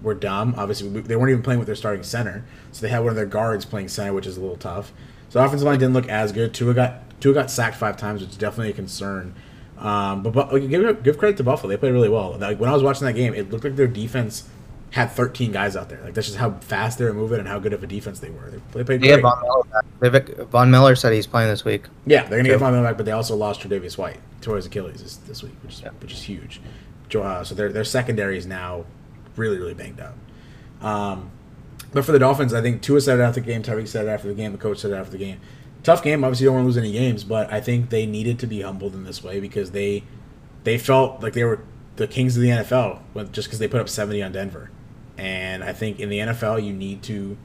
[SPEAKER 1] were dumb. Obviously, we- they weren't even playing with their starting center, so they had one of their guards playing center, which is a little tough. So the offensive line didn't look as good. Tua got Tua got sacked five times, which is definitely a concern. Um, but, but like, give give credit to Buffalo; they played really well. Like when I was watching that game, it looked like their defense had 13 guys out there. Like that's just how fast they were moving and how good of a defense they were. They, they played great.
[SPEAKER 2] Yeah, Von Miller. back. Vivek, Von Miller said he's playing this week.
[SPEAKER 1] Yeah, they're gonna
[SPEAKER 2] True.
[SPEAKER 1] get Von Miller back, but they also lost Tre'Davious White, tore his Achilles this, this week, which is
[SPEAKER 2] Yeah.
[SPEAKER 1] which is huge. Jo- uh, so their their secondary is now really really banged up. Um, but for the Dolphins, I think Tua said it after the game, Tyreek said it after the game, the coach said it after the game. Tough game. Obviously, you don't want to lose any games, but I think they needed to be humbled in this way because they they felt like they were the kings of the NFL with- just because they put up 70 on Denver. And I think in the NFL, you need to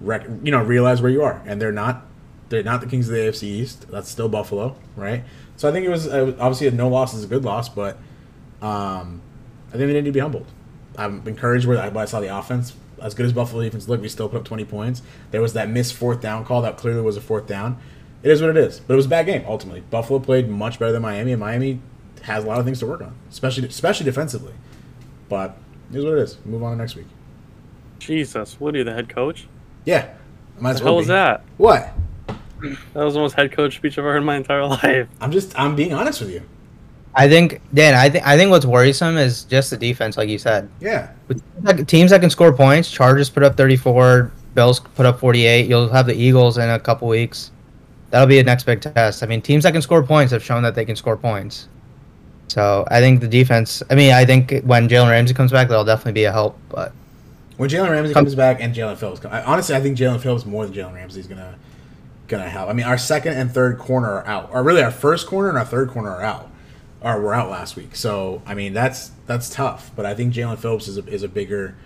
[SPEAKER 1] rec- you know realize where you are and they're not they're not the kings of the afc east that's still buffalo right so i think it was uh, obviously a no loss is a good loss but um i think they need to be humbled i'm encouraged where I, when I saw the offense as good as buffalo defense looked we still put up 20 points there was that missed fourth down call that clearly was a fourth down it is what it is but it was a bad game ultimately buffalo played much better than miami and miami has a lot of things to work on especially especially defensively but it is what it is move on to next week
[SPEAKER 3] Jesus, Woody, the head coach?
[SPEAKER 1] yeah might
[SPEAKER 3] What
[SPEAKER 1] as
[SPEAKER 3] the
[SPEAKER 1] well
[SPEAKER 3] hell was
[SPEAKER 1] be.
[SPEAKER 3] that?
[SPEAKER 1] what
[SPEAKER 3] That was the most head coach speech I've ever heard in my entire [LAUGHS] life.
[SPEAKER 1] I'm just I'm being honest with you.
[SPEAKER 2] I think Dan. I think I think what's worrisome is just the defense, like you said.
[SPEAKER 1] Yeah,
[SPEAKER 2] With like, teams that can score points, Chargers put up 34, Bills put up 48. You'll have the Eagles in a couple weeks. That'll be a next big test. I mean, teams that can score points have shown that they can score points. So I think the defense. I mean, I think when Jalen Ramsey comes back, that'll definitely be a help. But
[SPEAKER 1] when Jalen Ramsey
[SPEAKER 2] Come-
[SPEAKER 1] comes back and Jalen Phillips, come, I, honestly, I think Jalen Phillips more than Jalen Ramsey is gonna gonna help. I mean, our second and third corner are out, or really our first corner and our third corner are out, or were out last week. So I mean, that's that's tough. But I think Jalen Phillips is a, is a bigger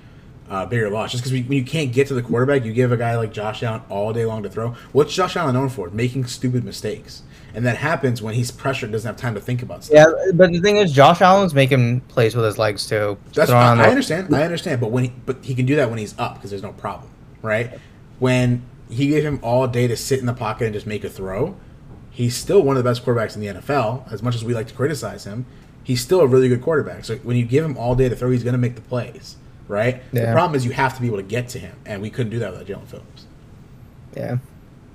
[SPEAKER 1] uh, bigger loss just because when you can't get to the quarterback, you give a guy like Josh Allen all day long to throw. What's Josh Allen known for? Making stupid mistakes, and that happens when he's pressured, doesn't have time to think about stuff.
[SPEAKER 2] yeah, but the thing is, Josh Allen's making plays with his legs too.
[SPEAKER 1] That's
[SPEAKER 2] Throwing
[SPEAKER 1] fine.
[SPEAKER 2] on the-
[SPEAKER 1] I understand. I understand. But when he, but he can do that when he's up because there's no problem, right? When he gave him all day to sit in the pocket and just make a throw, he's still one of the best quarterbacks in the NFL. As much as we like to criticize him, he's still a really good quarterback. So when you give him all day to throw, he's going to make the plays, right? The
[SPEAKER 2] Yeah.
[SPEAKER 1] problem is you have to be able to get to him, and we couldn't do that without Jalen Phillips.
[SPEAKER 2] Yeah.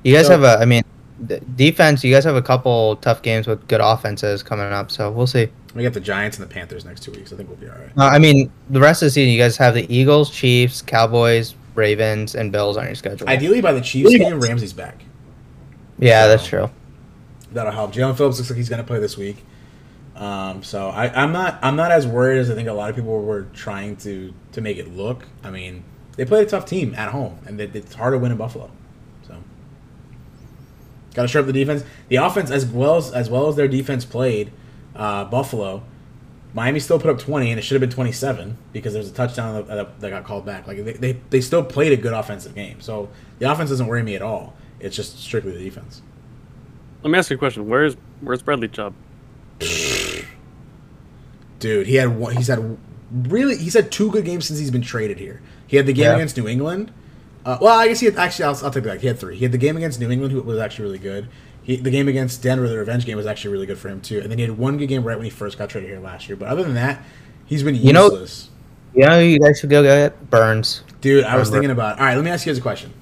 [SPEAKER 2] You guys
[SPEAKER 1] So-
[SPEAKER 2] have a, I mean, d- defense, you guys have a couple tough games with good offenses coming up, so we'll see.
[SPEAKER 1] We got the Giants and the Panthers next two weeks. I think we'll be all right.
[SPEAKER 2] Uh, I mean, the rest of the season, you guys have the Eagles, Chiefs, Cowboys, Ravens, and Bills on your schedule.
[SPEAKER 1] Ideally, by the Chiefs game, Ramsey's back.
[SPEAKER 2] yeah, that's true.
[SPEAKER 1] that'll help. Jalen Phillips looks like he's going to play this week. Um, so I, I'm not I'm not as worried as I think a lot of people were trying to to make it look. I mean, they played a tough team at home, and it, it's hard to win in Buffalo. So got to shore up the defense. The offense, as well as as well as their defense played, uh, Buffalo. Miami still put up 20, and it should have been 27 because there was a touchdown that- that, that got called back. Like they, they, they still played a good offensive game, so the offense doesn't worry me at all. It's just strictly the defense.
[SPEAKER 3] Let me ask you a question. Where's where's Bradley Chubb?
[SPEAKER 1] Dude, he had one. He's had really. He's had two good games since he's been traded here. He had the game
[SPEAKER 2] Yeah.
[SPEAKER 1] against New England. Uh, well, I guess he had, actually. I'll, I'll take that. back. He had three. He had the game against New England, who was actually really good. He, the game against Denver, the revenge game, was actually really good for him too. And then he had one good game right when he first got traded here last year. But other than that, he's been
[SPEAKER 2] You know-
[SPEAKER 1] useless.
[SPEAKER 2] You know, who you guys should go get Burns.
[SPEAKER 1] Dude, I was
[SPEAKER 2] Remember.
[SPEAKER 1] thinking about. All right, let me ask you guys a question.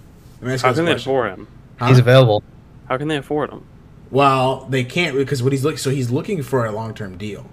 [SPEAKER 1] Let me ask you
[SPEAKER 3] How
[SPEAKER 1] guys a
[SPEAKER 3] can they
[SPEAKER 1] question.
[SPEAKER 3] afford him?
[SPEAKER 1] Huh?
[SPEAKER 2] He's available.
[SPEAKER 3] How can they afford him?
[SPEAKER 1] Well, they can't because what he's looking so he's looking for a long term deal.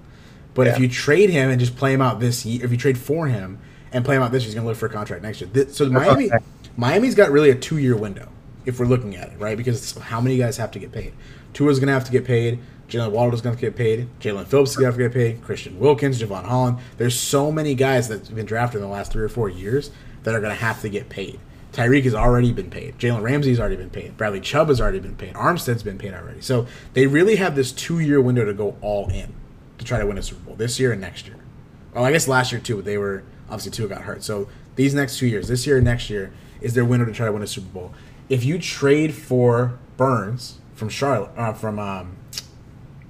[SPEAKER 1] But if
[SPEAKER 2] Yeah.
[SPEAKER 1] you trade him and just play him out this year, if you trade for him and play him out this year, he's going to look for a contract next year. This, so Miami,
[SPEAKER 2] Okay.
[SPEAKER 1] Miami's got really a two year window if we're looking at it, right? Because how many guys have to get paid? Tua's going to have to get paid. Jalen Waddle's going to get paid. Jalen Phillips is going to have to get paid. Christian Wilkins, Javon Holland. There's so many guys that's been drafted in the last three or four years that are going to have to get paid. Tyreek has already been paid. Jalen Ramsey's already been paid. Bradley Chubb has already been paid. Armstead's been paid already. So they really have this two year window to go all in to try to win a Super Bowl this year and next year. Well, Oh, I guess last year too, but they were obviously Tua got hurt. So these next two years, this year and next year, is their window to try to win a Super Bowl. If you trade for Burns from Charlotte, uh, from um,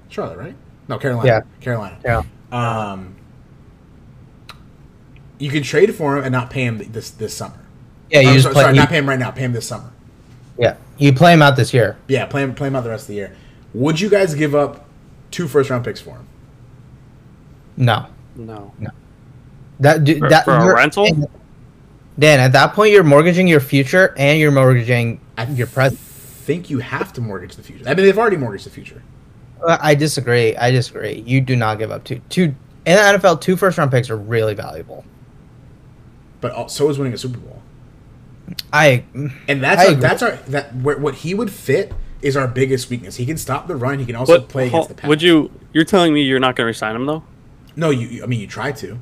[SPEAKER 1] Charlotte, right? No, Carolina.
[SPEAKER 2] Yeah.
[SPEAKER 1] Carolina.
[SPEAKER 2] Yeah.
[SPEAKER 1] Um, you can trade for him and not pay him this this summer.
[SPEAKER 2] Yeah, you
[SPEAKER 1] I'm
[SPEAKER 2] just
[SPEAKER 1] sorry,
[SPEAKER 2] play.
[SPEAKER 1] Oh, sorry,
[SPEAKER 2] you,
[SPEAKER 1] not pay him right now. Pay him this summer.
[SPEAKER 2] yeah, you play him out this year.
[SPEAKER 1] Yeah, play him play him out the rest of the year. Would you guys give up two first round picks for him?
[SPEAKER 2] No,
[SPEAKER 3] No.
[SPEAKER 2] that do,
[SPEAKER 3] For-
[SPEAKER 2] that
[SPEAKER 3] for a
[SPEAKER 2] you're-
[SPEAKER 3] rental?
[SPEAKER 2] Dan, at that point, you're mortgaging your future and you're mortgaging
[SPEAKER 1] I
[SPEAKER 2] your present.
[SPEAKER 1] think you have to mortgage the future. I mean, they've already mortgaged the future.
[SPEAKER 2] Uh, I disagree. I disagree. You do not give up two two in the NFL. Two first round picks are really valuable.
[SPEAKER 1] but al- so is winning a Super Bowl.
[SPEAKER 2] I mm.
[SPEAKER 1] And that's
[SPEAKER 2] I
[SPEAKER 1] our,
[SPEAKER 2] agree.
[SPEAKER 1] that's our that where, what he would fit is our biggest weakness. He can stop the run. He can also
[SPEAKER 3] But
[SPEAKER 1] play
[SPEAKER 3] hol-
[SPEAKER 1] against the pass.
[SPEAKER 3] would you? You're telling me you're not going to resign him though?
[SPEAKER 1] No, you, you. I mean, you try to.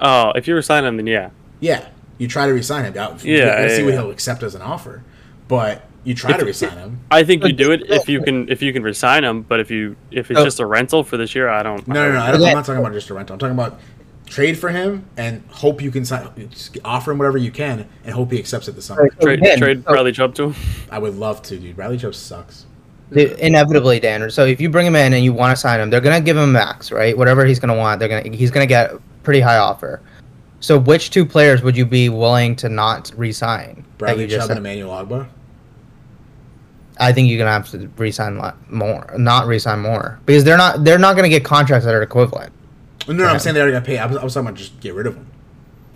[SPEAKER 3] Oh, if you resign him, then yeah.
[SPEAKER 1] Yeah, you try to resign him. Out.
[SPEAKER 3] Yeah,
[SPEAKER 1] let's
[SPEAKER 3] yeah,
[SPEAKER 1] see what
[SPEAKER 3] yeah.
[SPEAKER 1] he'll accept as an offer. But you try to resign
[SPEAKER 3] [LAUGHS]
[SPEAKER 1] him.
[SPEAKER 3] I think you do it if you can if you can resign him. But if you if it's
[SPEAKER 2] Oh.
[SPEAKER 3] just a rental for this year, I don't.
[SPEAKER 1] No, no, no. I
[SPEAKER 3] I
[SPEAKER 1] don't, I'm
[SPEAKER 2] Okay.
[SPEAKER 1] not talking about just a rental. I'm talking about trade for him and hope you can sign. just Offer him whatever you can and hope he accepts it this summer.
[SPEAKER 3] Trade,
[SPEAKER 2] Dan,
[SPEAKER 3] trade
[SPEAKER 2] so-
[SPEAKER 3] Bradley Chubb to him.
[SPEAKER 1] I would love to, dude. Bradley Chubb sucks.
[SPEAKER 2] the- inevitably, Dan. So if you bring him in and you want to sign him, they're gonna give him max, right? Whatever he's gonna want, they're gonna he's gonna get a pretty high offer. So which two players would you be willing to not resign? that
[SPEAKER 1] Bradley
[SPEAKER 2] you just
[SPEAKER 1] Chubb and
[SPEAKER 2] said?
[SPEAKER 1] Emmanuel Ogba.
[SPEAKER 2] I think you're gonna have to resign lot more, not resign more, because they're not they're not gonna get contracts that are equivalent.
[SPEAKER 1] No, no, I'm
[SPEAKER 2] Yeah.
[SPEAKER 1] saying they already got paid. I was, I was talking about just get rid of him.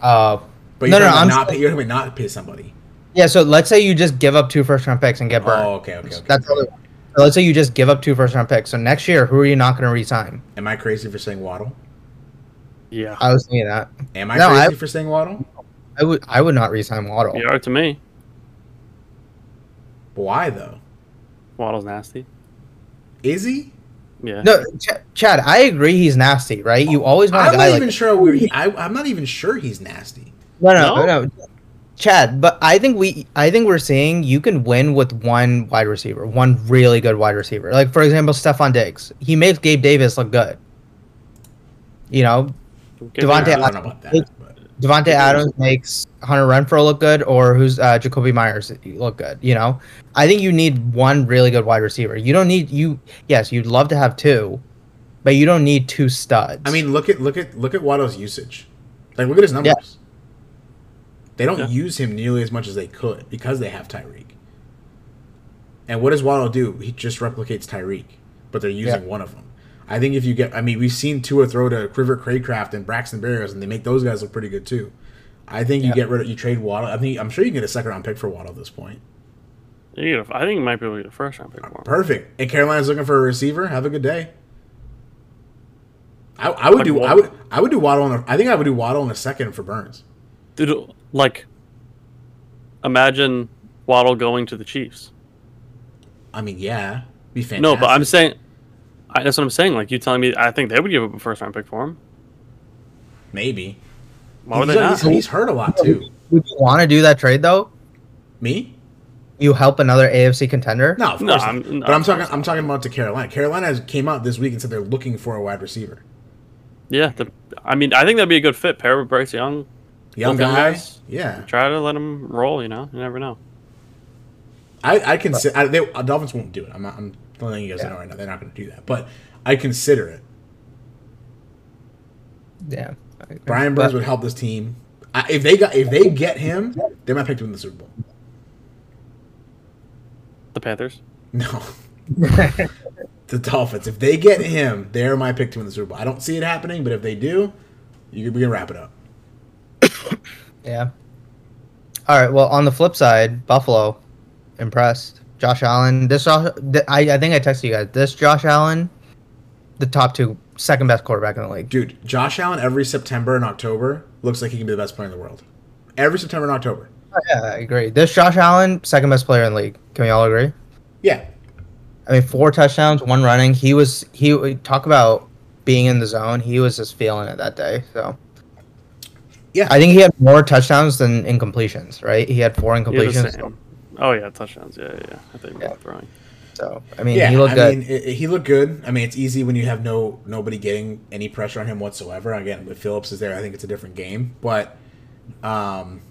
[SPEAKER 2] Uh,
[SPEAKER 1] But
[SPEAKER 2] No,
[SPEAKER 1] you're
[SPEAKER 2] no,
[SPEAKER 1] talking
[SPEAKER 2] I'm
[SPEAKER 1] about not
[SPEAKER 2] saying-
[SPEAKER 1] pay. You're talking about not pay somebody.
[SPEAKER 2] yeah. So let's say you just give up two first round picks and get Burns.
[SPEAKER 1] Oh, okay, okay, okay.
[SPEAKER 2] That's all they want. So let's say you just give up two first round picks. So next year, who are you not going to resign?
[SPEAKER 1] Am I crazy for saying Waddle?
[SPEAKER 3] Yeah.
[SPEAKER 2] I was thinking that
[SPEAKER 1] Am I
[SPEAKER 2] No,
[SPEAKER 1] crazy
[SPEAKER 2] I-
[SPEAKER 1] for saying Waddle?
[SPEAKER 2] I would I would not resign Waddle.
[SPEAKER 3] You are to me.
[SPEAKER 1] Why though?
[SPEAKER 3] Waddle's nasty.
[SPEAKER 1] Is he?
[SPEAKER 3] Yeah.
[SPEAKER 2] No, Ch- Chad, I agree. He's nasty, right? You always want
[SPEAKER 1] I'm
[SPEAKER 2] a guy
[SPEAKER 1] not
[SPEAKER 2] like
[SPEAKER 1] even sure. We, I, I'm not even sure he's nasty.
[SPEAKER 2] no, no,
[SPEAKER 3] No?
[SPEAKER 2] no, Chad. But I think we I think we're seeing you can win with one wide receiver, one really good wide receiver. Like for example, Stephon Diggs. He makes Gabe Davis look good. You know,
[SPEAKER 3] Okay,
[SPEAKER 2] Devontae
[SPEAKER 1] I
[SPEAKER 3] fair.
[SPEAKER 1] don't know about that. But
[SPEAKER 2] Devonte
[SPEAKER 3] Yeah.
[SPEAKER 2] Adams makes Hunter Renfro look good, or who's uh, Jacoby Myers look good. You know, I think you need one really good wide receiver. You don't need you. Yes, you'd love to have two, but you don't need two studs.
[SPEAKER 1] I mean, look at look at look at Waddle's usage. Like, look at his numbers. They don't
[SPEAKER 3] Yeah.
[SPEAKER 1] use him nearly as much as they could because they have Tyreek. And what does Waddle do? He just replicates Tyreek, but they're using one of them. I think if you get, I mean, we've seen Tua throw to River Craycraft and Braxton Berrios, and they make those guys look pretty good too. I think you
[SPEAKER 2] Yeah.
[SPEAKER 1] get rid of you trade Waddle. I think I'm sure you can get a second round pick for Waddle at this point.
[SPEAKER 3] You get a- I think you might be able to get a first round pick for him.
[SPEAKER 1] Perfect. And Carolina's looking for a receiver. Have a good day. I, I would
[SPEAKER 3] Like
[SPEAKER 1] do. I
[SPEAKER 3] Waddle.
[SPEAKER 1] would. I would do Waddle. On a, I think I would do Waddle in a second for Burns.
[SPEAKER 3] Dude, like, imagine Waddle going to the Chiefs.
[SPEAKER 1] I mean, yeah, be fantastic.
[SPEAKER 3] No, but I'm saying, I, that's what I'm saying. Like, you telling me, I think they would give up a first round pick for him.
[SPEAKER 1] maybe.
[SPEAKER 3] Why would
[SPEAKER 1] he's,
[SPEAKER 3] they not?
[SPEAKER 1] he's, he's hurt a lot too.
[SPEAKER 2] would you want to do that trade though?
[SPEAKER 1] Me?
[SPEAKER 2] You help another AFC contender.
[SPEAKER 1] No, of
[SPEAKER 3] No,
[SPEAKER 1] course.
[SPEAKER 3] I'm-
[SPEAKER 1] not.
[SPEAKER 3] no,
[SPEAKER 1] but I'm
[SPEAKER 3] of
[SPEAKER 1] talking.
[SPEAKER 3] course
[SPEAKER 1] I'm talking about to Carolina. Carolina has- came out this week and said they're looking for a wide receiver.
[SPEAKER 3] Yeah, the, I mean, I think that'd be a good fit. Pair with Bryce Young.
[SPEAKER 1] Young
[SPEAKER 3] Both young
[SPEAKER 1] guy.
[SPEAKER 3] guys?
[SPEAKER 1] Yeah,
[SPEAKER 3] Try to let him roll. You know, you never know.
[SPEAKER 1] I, I consider. I, they, Dolphins won't do it. I'm. Not, I'm letting you guys
[SPEAKER 2] Yeah.
[SPEAKER 1] know right now. They're not going to do that. But I consider it.
[SPEAKER 2] Yeah.
[SPEAKER 1] Brian Burns
[SPEAKER 2] But-
[SPEAKER 1] would help this team. I, if they got if they get him, they might pick him in the Super Bowl.
[SPEAKER 3] The Panthers.
[SPEAKER 1] No, [LAUGHS] the Dolphins. If they get him, they're my pick to win the Super Bowl. I don't see it happening, but if they do, you can, we can wrap it up.
[SPEAKER 2] yeah. All right. Well, on the flip side, Buffalo impressed. Josh Allen. This Josh- th- I I think I texted you guys. This Josh Allen, the top two, second best quarterback in the league.
[SPEAKER 1] Dude, Josh Allen every September and October looks like he can be the best player in the world. Every September and October.
[SPEAKER 2] Oh, yeah, I agree. This Josh Allen, second best player in the league. Can we all agree?
[SPEAKER 1] Yeah.
[SPEAKER 2] I mean, four touchdowns, one running. He was he talk about being in the zone. He was just feeling it that day. So
[SPEAKER 1] Yeah.
[SPEAKER 2] I think he had more touchdowns than incompletions. Right? He had four
[SPEAKER 3] Yeah, the
[SPEAKER 2] incompletions.
[SPEAKER 3] same. Oh yeah, touchdowns. Yeah, yeah. yeah. I think
[SPEAKER 2] Yeah.
[SPEAKER 3] we're throwing.
[SPEAKER 2] So I mean,
[SPEAKER 1] yeah,
[SPEAKER 2] he looked
[SPEAKER 1] I
[SPEAKER 2] good.
[SPEAKER 1] mean, i he looked good. I mean, it's easy when you have no nobody getting any pressure on him whatsoever. Again, if Phillips is there, I think it's a different game. But, um,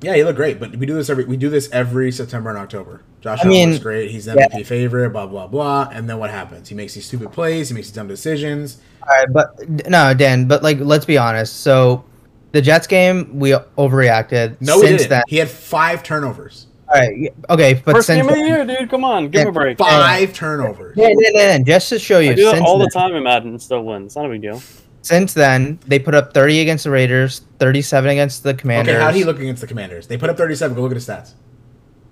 [SPEAKER 1] yeah, he looked great. But we do this every we do this every September and October. Josh
[SPEAKER 2] I
[SPEAKER 1] Allen
[SPEAKER 2] mean,
[SPEAKER 1] looks great. He's the
[SPEAKER 2] yeah.
[SPEAKER 1] MVP favorite. Blah blah blah. And then what happens? He makes these stupid plays. He makes these dumb decisions.
[SPEAKER 2] All right, but no, Dan. But like, let's be honest. So the Jets game, we overreacted.
[SPEAKER 1] No, he
[SPEAKER 2] since
[SPEAKER 1] didn't.
[SPEAKER 2] then,
[SPEAKER 1] He had five turnovers.
[SPEAKER 2] all right, okay, but
[SPEAKER 3] First
[SPEAKER 2] since
[SPEAKER 3] game of the
[SPEAKER 2] then,
[SPEAKER 3] year, dude. Come on, give him a break.
[SPEAKER 1] Five turnovers.
[SPEAKER 2] yeah, yeah, yeah, yeah, just to show you,
[SPEAKER 3] I do that
[SPEAKER 2] since
[SPEAKER 3] all
[SPEAKER 2] then-
[SPEAKER 3] the time in Madden and still win. It's not a big deal.
[SPEAKER 2] Since then, they put up 30 against the Raiders, 37 against the
[SPEAKER 1] Okay,
[SPEAKER 2] Commanders.
[SPEAKER 1] how would he look against the Commanders? They put up thirty-seven. Go look at his stats.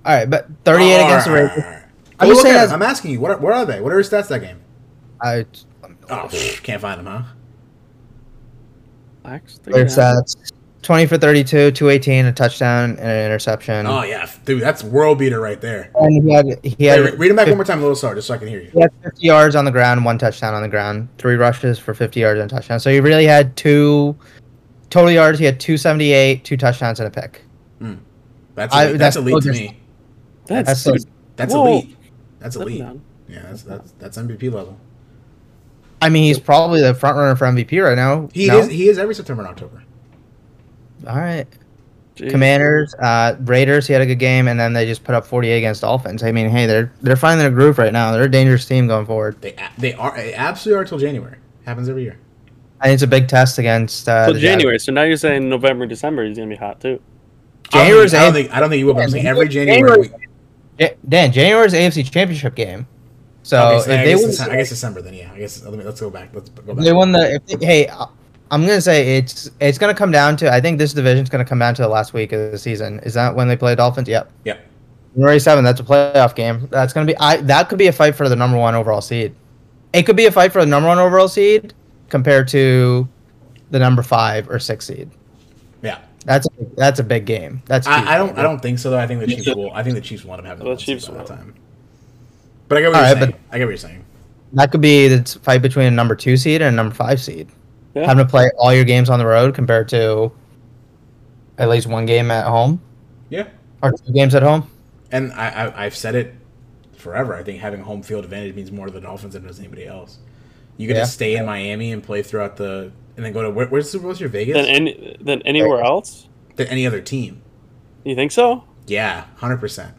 [SPEAKER 2] All right, but 38
[SPEAKER 1] All
[SPEAKER 2] against the
[SPEAKER 1] right,
[SPEAKER 2] Raiders.
[SPEAKER 1] all right, all right.
[SPEAKER 2] I'm
[SPEAKER 1] Go
[SPEAKER 2] just
[SPEAKER 1] look
[SPEAKER 2] saying
[SPEAKER 1] at
[SPEAKER 2] that's-
[SPEAKER 1] it. I'm asking you, what are, what are they? What are his stats that game?
[SPEAKER 2] I,
[SPEAKER 1] Oh, pff, can't find them, huh?
[SPEAKER 3] Relax, take
[SPEAKER 2] their
[SPEAKER 3] it down.
[SPEAKER 2] stats. 20 for 32, 218, a touchdown, and an interception.
[SPEAKER 1] Oh yeah, f- dude, that's world beater right there.
[SPEAKER 2] And he had he
[SPEAKER 1] Wait,
[SPEAKER 2] had,
[SPEAKER 1] re- read him back one more time, little star, just so I can hear you.
[SPEAKER 2] he had 50 yards on the ground, one touchdown on the ground, three rushes for 50 yards and a touchdown. So he really had two total yards. He had 278, two touchdowns, and a pick.
[SPEAKER 1] That's
[SPEAKER 2] I-
[SPEAKER 1] elite, that's,
[SPEAKER 2] that's
[SPEAKER 1] elite to
[SPEAKER 2] still
[SPEAKER 1] me.
[SPEAKER 2] That's
[SPEAKER 3] That's, dude,
[SPEAKER 1] That's
[SPEAKER 3] Whoa.
[SPEAKER 1] elite. That's
[SPEAKER 3] settle
[SPEAKER 1] elite.
[SPEAKER 3] down.
[SPEAKER 1] Yeah, that's that's that's MVP level.
[SPEAKER 2] I mean, he's probably the front runner for MVP right now.
[SPEAKER 1] He
[SPEAKER 2] No?
[SPEAKER 1] is he is every September and October.
[SPEAKER 2] All right.
[SPEAKER 3] Jeez.
[SPEAKER 2] Commanders, uh, Raiders. He had a good game, and then they just put up 48 against Dolphins. I mean, hey, they're they're finding their groove right now. They're a dangerous team going forward.
[SPEAKER 1] They a- they are they absolutely are till January. Happens every year.
[SPEAKER 2] I think it's a big test against uh,
[SPEAKER 3] So
[SPEAKER 2] the Jaguars.
[SPEAKER 3] January. So now you're saying November, December he's gonna be hot too.
[SPEAKER 2] January's
[SPEAKER 1] I don't
[SPEAKER 2] A-
[SPEAKER 1] think I don't think you will. But I'm saying every January.
[SPEAKER 2] January-
[SPEAKER 1] we-
[SPEAKER 2] Ja- Dan, January's AFC Championship game. So
[SPEAKER 1] okay, so I,
[SPEAKER 2] if they
[SPEAKER 1] guess
[SPEAKER 2] win,
[SPEAKER 1] Dece- I guess December then. Yeah, I guess let me, let's go back. Let's go
[SPEAKER 2] if they
[SPEAKER 1] back.
[SPEAKER 2] won the. If they, hey, I- I'm gonna say it's it's gonna come down to. I think this division's gonna come down to the last week of the season. Is that when they play Dolphins? Yep.
[SPEAKER 1] Yep.
[SPEAKER 2] January seventh. That's a playoff game. That's gonna be. I that could be a fight for the number one overall seed. It could be a fight for the number one overall seed compared to the number five or six seed.
[SPEAKER 1] Yeah,
[SPEAKER 2] That's that's a big game. That's huge.
[SPEAKER 1] I, I don't. I don't think so though. I think the
[SPEAKER 3] Me
[SPEAKER 1] Chiefs
[SPEAKER 3] too.
[SPEAKER 1] will. I think the Chiefs want to have the
[SPEAKER 3] The
[SPEAKER 1] one seed
[SPEAKER 3] Chiefs
[SPEAKER 1] by that
[SPEAKER 3] will.
[SPEAKER 1] time. But I get what you're
[SPEAKER 2] Alright,
[SPEAKER 1] saying. I get what you're saying.
[SPEAKER 2] that could be the fight between a number two seed and a number five seed.
[SPEAKER 3] Yeah.
[SPEAKER 2] Having to play all your games on the road compared to at least one game at home
[SPEAKER 1] Yeah,
[SPEAKER 2] or two games at home.
[SPEAKER 1] and I, I I've said it forever. I think having home field advantage means more to the Dolphins than it does anybody else. You can
[SPEAKER 2] Yeah.
[SPEAKER 1] just stay in Miami and play throughout the, and then go to where, where's the Super Bowl? this year? Vegas
[SPEAKER 3] than any than anywhere else.
[SPEAKER 1] than any other team.
[SPEAKER 3] You think so?
[SPEAKER 1] Yeah, hundred percent.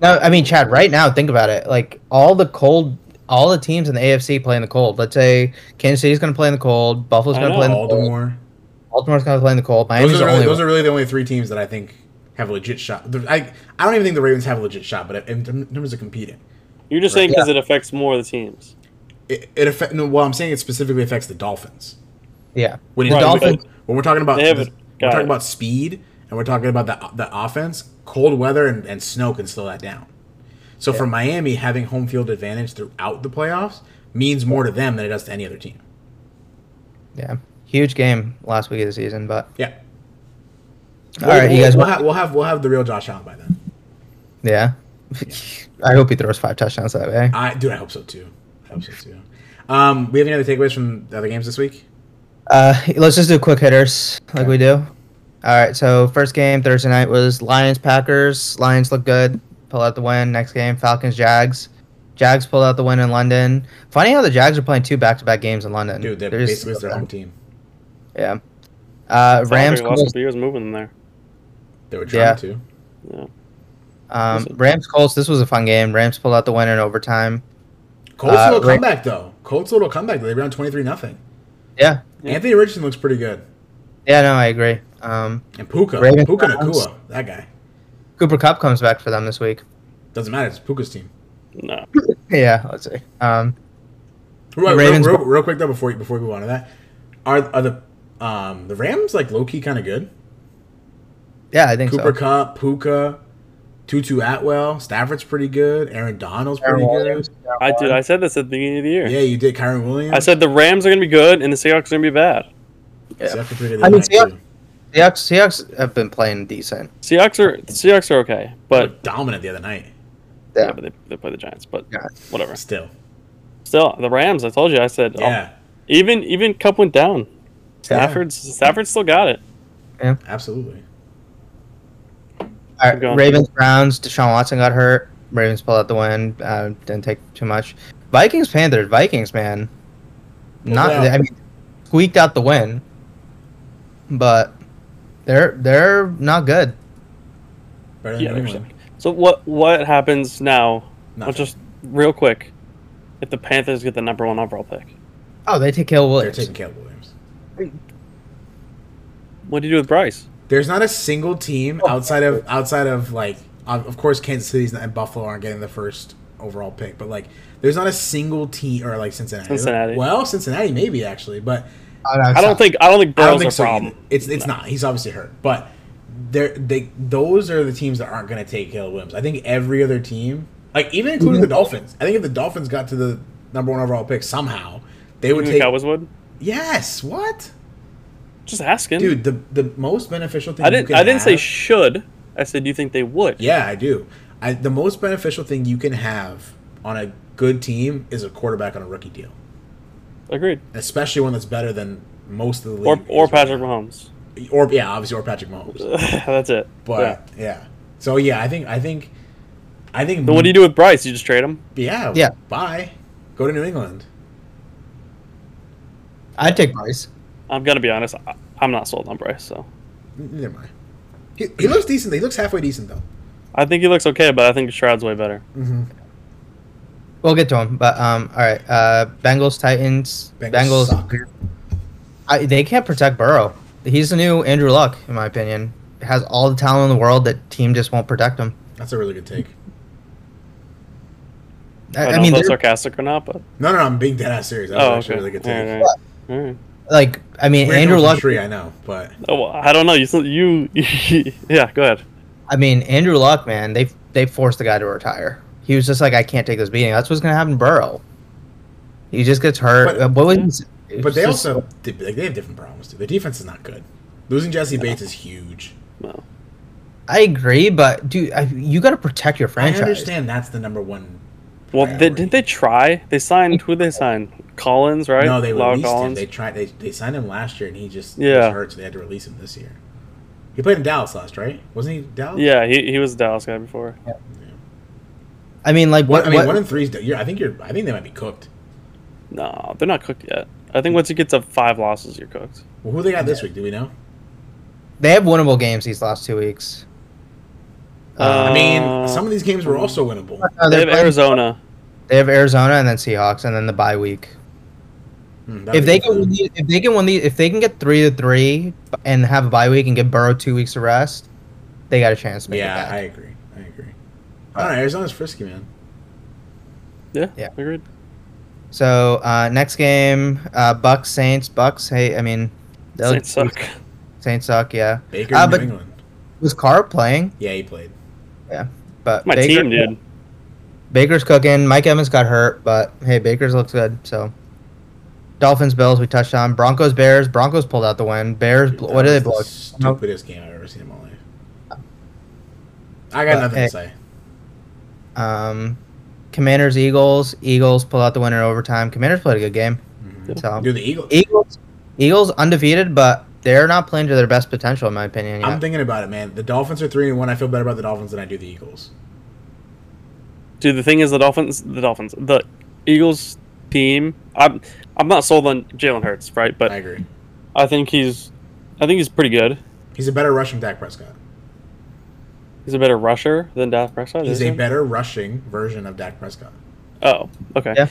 [SPEAKER 2] No, I mean Chad. Right now, think about it. Like all the cold, all the teams in the AFC play in the cold. Let's say Kansas City's going to play in the cold. Buffalo's
[SPEAKER 3] I
[SPEAKER 2] going to
[SPEAKER 3] know.
[SPEAKER 2] play in the cold.
[SPEAKER 1] Baltimore.
[SPEAKER 2] Baltimore's going to play in the cold. Miami's
[SPEAKER 1] Those
[SPEAKER 2] the
[SPEAKER 1] are, really,
[SPEAKER 2] only
[SPEAKER 1] those
[SPEAKER 2] one.
[SPEAKER 1] are really the only three teams that I think have a legit shot. The- I I don't even think the Ravens have a legit shot, but in term- in terms of competing,
[SPEAKER 3] You're just
[SPEAKER 1] Right.
[SPEAKER 3] saying because it affects more of the teams.
[SPEAKER 1] it, it affect. No, well, I'm saying it specifically affects the Dolphins.
[SPEAKER 2] yeah.
[SPEAKER 1] When,
[SPEAKER 2] The
[SPEAKER 1] you talk-
[SPEAKER 2] Dolphins-
[SPEAKER 1] when we're talking about
[SPEAKER 3] They have
[SPEAKER 1] this-
[SPEAKER 3] it.
[SPEAKER 1] we're
[SPEAKER 3] Got
[SPEAKER 1] talking
[SPEAKER 3] it.
[SPEAKER 1] about speed and we're talking about the the offense, cold weather and, and snow can slow that down. So for Miami, having home field advantage throughout the playoffs means more to them than it does to any other team.
[SPEAKER 2] Yeah, huge game last week of the season. But
[SPEAKER 1] Yeah.
[SPEAKER 2] all right, you guys.
[SPEAKER 1] We'll, ha- we'll have we'll have the real Josh Allen by then.
[SPEAKER 2] Yeah. [LAUGHS] I hope he throws five touchdowns that way.
[SPEAKER 1] I dude, I hope so too. I hope so too. Um, we have any other takeaways from the other games this week?
[SPEAKER 2] Uh, let's just do quick hitters like we do. All right. So first game Thursday night was Lions Packers. Lions look good, pull out the win. Next game Falcons Jags. Jags pulled out the win in London. Funny how the Jags are playing two back-to-back games in
[SPEAKER 3] Mm,
[SPEAKER 2] London.
[SPEAKER 1] Dude, they're,
[SPEAKER 2] They're just-
[SPEAKER 1] basically it's
[SPEAKER 2] [LAUGHS]
[SPEAKER 1] their home team.
[SPEAKER 2] Yeah. Uh, Rams.
[SPEAKER 3] Last
[SPEAKER 2] Colts,
[SPEAKER 3] couple years moving them there.
[SPEAKER 1] They were trying
[SPEAKER 2] Yeah.
[SPEAKER 1] to.
[SPEAKER 3] Yeah. Uh,
[SPEAKER 2] um, Rams Colts. This was a fun game. Rams pulled out the win in overtime.
[SPEAKER 1] Colts
[SPEAKER 2] Uh,
[SPEAKER 1] little
[SPEAKER 2] Ra-
[SPEAKER 1] comeback though. Colts little comeback. They round twenty three nothing.
[SPEAKER 2] Yeah.
[SPEAKER 3] Yeah.
[SPEAKER 1] Anthony Richardson looks pretty good.
[SPEAKER 2] Yeah. No, I agree. Um,
[SPEAKER 1] And Puka,
[SPEAKER 2] Ravens
[SPEAKER 1] Puka
[SPEAKER 2] Browns.
[SPEAKER 1] Nakua, that guy
[SPEAKER 2] Cooper Cup comes back for them this
[SPEAKER 1] [LAUGHS]
[SPEAKER 2] week.
[SPEAKER 1] doesn't matter. It's Puka's team.
[SPEAKER 3] No.
[SPEAKER 2] Yeah. Let's see. Um,
[SPEAKER 1] Real,
[SPEAKER 2] Ravens-
[SPEAKER 1] real, real, real quick though, before before we go on to that, are are the um the Rams like low key kind of good?
[SPEAKER 2] yeah, I think
[SPEAKER 1] Cooper
[SPEAKER 2] so.
[SPEAKER 1] Cup, Puka, Tutu Atwell, Stafford's pretty good. Aaron Donald's pretty good.
[SPEAKER 3] I did. I said this at the beginning of the year.
[SPEAKER 1] Yeah, you did. Kyron Williams.
[SPEAKER 3] I said the Rams are going to be good and the Seahawks are going to be bad.
[SPEAKER 2] Yeah.
[SPEAKER 1] Stafford pretty good
[SPEAKER 2] I mean,
[SPEAKER 1] tonight, too.
[SPEAKER 2] Seahawks- Seahawks, Seahawks have been playing decent.
[SPEAKER 3] Seahawks are the Seahawks are okay,
[SPEAKER 1] They were
[SPEAKER 3] but
[SPEAKER 1] dominant the other night.
[SPEAKER 3] yeah,
[SPEAKER 2] Yeah.
[SPEAKER 3] but they, they play the Giants, but
[SPEAKER 2] Yeah.
[SPEAKER 3] whatever.
[SPEAKER 1] Still,
[SPEAKER 3] Still, the Rams. I told you. I said oh,
[SPEAKER 1] yeah,
[SPEAKER 3] even even Cup went down. Stafford's Stafford still got it.
[SPEAKER 1] absolutely.
[SPEAKER 2] All
[SPEAKER 3] Keep going.
[SPEAKER 2] right, Ravens, Browns. Deshaun Watson got hurt. Ravens pulled out the win. Uh, didn't take too much. Vikings, Panthers. Vikings, man. Not.
[SPEAKER 1] Yeah.
[SPEAKER 2] I mean, squeaked out the win. But they're they're not good.
[SPEAKER 1] Better than
[SPEAKER 3] Yeah,
[SPEAKER 1] New
[SPEAKER 3] they're
[SPEAKER 1] England.
[SPEAKER 3] So what what happens now? I'll
[SPEAKER 1] Nothing.
[SPEAKER 3] just real quick. If the Panthers get the number one overall pick,
[SPEAKER 2] Oh, they take Caleb
[SPEAKER 1] they're
[SPEAKER 2] Williams.
[SPEAKER 1] taking Caleb Williams.
[SPEAKER 3] what do you do with Bryce?
[SPEAKER 1] There's not a single team
[SPEAKER 2] Oh.
[SPEAKER 1] outside of outside of like of of course Kansas City's and Buffalo aren't getting the first overall pick, but like there's not a single team or like Cincinnati.
[SPEAKER 3] Cincinnati.
[SPEAKER 1] Well, Cincinnati maybe actually, but
[SPEAKER 2] Oh, no,
[SPEAKER 3] I don't
[SPEAKER 2] stop.
[SPEAKER 3] think I don't think
[SPEAKER 1] I don't
[SPEAKER 3] Burrow's
[SPEAKER 1] think
[SPEAKER 3] a
[SPEAKER 1] so.
[SPEAKER 3] problem.
[SPEAKER 1] either. It's it's not. He's obviously hurt, but they they those are the teams that aren't going to take Caleb Williams. I think every other team, like even including the Dolphins, I think if the Dolphins got to the number one overall pick somehow, they
[SPEAKER 3] You
[SPEAKER 1] would
[SPEAKER 3] think
[SPEAKER 1] take.
[SPEAKER 3] Cowboys would?
[SPEAKER 1] Yes. What?
[SPEAKER 3] Just asking,
[SPEAKER 1] Dude, the the most beneficial thing
[SPEAKER 3] I
[SPEAKER 1] you
[SPEAKER 3] didn't.
[SPEAKER 1] can
[SPEAKER 3] I didn't say
[SPEAKER 1] have-
[SPEAKER 3] should. I said, do you think they would?
[SPEAKER 1] Yeah, I do. I, the most beneficial thing you can have on a good team is a quarterback on a rookie deal,
[SPEAKER 3] Agreed.
[SPEAKER 1] especially one that's better than most of the league.
[SPEAKER 3] Or or
[SPEAKER 1] is right
[SPEAKER 3] Patrick Mahomes. [LAUGHS]
[SPEAKER 1] now. or yeah, obviously or Patrick Mahomes.
[SPEAKER 3] That's it.
[SPEAKER 1] But yeah. so yeah, I think I think I think.
[SPEAKER 3] Then what do you do with Bryce? You just trade him?
[SPEAKER 1] Yeah,
[SPEAKER 2] Yeah.
[SPEAKER 1] Bye. Go to New England.
[SPEAKER 2] I'd take Bryce.
[SPEAKER 3] I'm gonna be honest. I, I'm not sold on Bryce, so
[SPEAKER 1] N- Never mind. He, he looks decent. He looks halfway decent though.
[SPEAKER 3] I think he looks okay, but I think Stroud's way better.
[SPEAKER 1] Mm-hmm.
[SPEAKER 2] We'll get to him. But um, all right. Uh, Bengals, Titans. Bengals.
[SPEAKER 1] suck.
[SPEAKER 2] I, they can't protect Burrow. He's the new Andrew Luck, in my opinion. Has all the talent in the world. That team just won't protect him.
[SPEAKER 1] That's a really good take.
[SPEAKER 2] I,
[SPEAKER 3] I,
[SPEAKER 2] I
[SPEAKER 3] don't
[SPEAKER 2] mean,
[SPEAKER 3] know if that's
[SPEAKER 2] they're-
[SPEAKER 3] sarcastic or not, but
[SPEAKER 1] No, no, no I'm being dead ass serious. That was
[SPEAKER 3] oh,
[SPEAKER 1] actually a
[SPEAKER 3] okay.
[SPEAKER 1] really good take.
[SPEAKER 3] All right, all right.
[SPEAKER 2] like, I mean,
[SPEAKER 1] Weird
[SPEAKER 2] Andrew
[SPEAKER 1] one from
[SPEAKER 2] Luck.
[SPEAKER 1] Shree, I know, but
[SPEAKER 3] Oh, well, I don't know. [LAUGHS] You, you, yeah. Go ahead.
[SPEAKER 2] I mean, Andrew Luck, man. They they forced the guy to retire. He was just like, I can't take this beating. That's what's gonna happen, to Burrow. He just gets hurt.
[SPEAKER 1] But-
[SPEAKER 2] Uh, what was? it
[SPEAKER 1] But
[SPEAKER 2] was
[SPEAKER 1] they
[SPEAKER 2] just-
[SPEAKER 1] also they they have different problems too. Their defense is not good. Losing Jesse Bates is huge.
[SPEAKER 3] No.
[SPEAKER 2] I agree, but dude, I, you got to protect your franchise.
[SPEAKER 1] I understand that's the number one.
[SPEAKER 3] Well, they,
[SPEAKER 1] priority.
[SPEAKER 3] didn't they try? They signed who? They signed Collins, right?
[SPEAKER 1] No, they
[SPEAKER 3] Lyle
[SPEAKER 1] released him.
[SPEAKER 3] Collins.
[SPEAKER 1] They tried. They, they signed him last year, and he just
[SPEAKER 3] Yeah.
[SPEAKER 1] yeah was hurt, so they had to release him this year. He played in Dallas last, right? Wasn't he Dallas?
[SPEAKER 3] Yeah, he, he was a Dallas guy before.
[SPEAKER 2] I mean, like
[SPEAKER 1] What,
[SPEAKER 2] what?
[SPEAKER 1] I mean,
[SPEAKER 2] what-
[SPEAKER 1] one in three's. Yeah, I think you're. I think they might be cooked.
[SPEAKER 3] No, they're not cooked yet. I think once you get to five losses, you're cooked.
[SPEAKER 1] Well, who they got this week? Do we know?
[SPEAKER 2] they have winnable games these last two weeks.
[SPEAKER 1] I
[SPEAKER 3] Uh,
[SPEAKER 1] mean, some of these games were also winnable.
[SPEAKER 2] Uh,
[SPEAKER 3] They
[SPEAKER 2] they're
[SPEAKER 3] have
[SPEAKER 2] playing-
[SPEAKER 3] Arizona.
[SPEAKER 2] They have Arizona and then Seahawks and then the bye week.
[SPEAKER 1] Hmm, that'd
[SPEAKER 2] If
[SPEAKER 1] be
[SPEAKER 2] they
[SPEAKER 1] good
[SPEAKER 2] can
[SPEAKER 1] for
[SPEAKER 2] win
[SPEAKER 1] them.
[SPEAKER 2] these, if they can win these, if they can get three to three and have a bye week and get Burrow two weeks of rest, they got a chance to make
[SPEAKER 1] yeah, I
[SPEAKER 2] it back.
[SPEAKER 1] agree. I agree. I don't know. Arizona's frisky, man.
[SPEAKER 3] Yeah,
[SPEAKER 2] Yeah.
[SPEAKER 3] agreed.
[SPEAKER 2] so uh, next game, uh, Bucks Saints. Bucks. Hey, I mean, they'll-
[SPEAKER 3] Saints suck.
[SPEAKER 2] Saints suck. Yeah.
[SPEAKER 1] Baker,
[SPEAKER 2] Uh,
[SPEAKER 1] New
[SPEAKER 2] but-
[SPEAKER 1] England.
[SPEAKER 2] Was Carr playing?
[SPEAKER 1] Yeah, he played.
[SPEAKER 2] But
[SPEAKER 3] My
[SPEAKER 2] Baker-
[SPEAKER 3] team, dude.
[SPEAKER 2] Baker's cooking. Mike Evans got hurt, but hey, Baker's looks good. So, Dolphins, Bills, we touched on. Broncos, Bears. Broncos pulled out the win. Bears,
[SPEAKER 1] Dude,
[SPEAKER 2] bl-
[SPEAKER 1] that
[SPEAKER 2] what did
[SPEAKER 1] was
[SPEAKER 2] they blow?
[SPEAKER 1] the Stupidest game I've ever seen in my life. I got
[SPEAKER 2] But,
[SPEAKER 1] nothing
[SPEAKER 2] Uh, hey.
[SPEAKER 1] to say.
[SPEAKER 2] Um, Commanders, Eagles. Eagles pulled out the win in overtime. Commanders played a good game.
[SPEAKER 1] Mhm.
[SPEAKER 2] So,
[SPEAKER 1] Dude, the Eagles.
[SPEAKER 2] Eagles, Eagles undefeated, but they're not playing to their best potential, in my opinion.
[SPEAKER 1] I'm
[SPEAKER 2] Yet.
[SPEAKER 1] thinking about it, man. The Dolphins are three and one. I feel better about the Dolphins than I do the Eagles.
[SPEAKER 3] Dude, the thing is, the Dolphins, the Dolphins, the Eagles team. I'm, I'm not sold on Jalen Hurts, right?
[SPEAKER 1] I
[SPEAKER 3] But
[SPEAKER 1] agree.
[SPEAKER 3] I think he's, I think he's pretty good.
[SPEAKER 1] He's a better rushing Dak Prescott.
[SPEAKER 3] He's a better rusher than Dak Prescott.
[SPEAKER 1] He's
[SPEAKER 3] is
[SPEAKER 1] a
[SPEAKER 3] he?
[SPEAKER 1] better rushing version of Dak Prescott.
[SPEAKER 3] Oh, okay.
[SPEAKER 2] Yeah.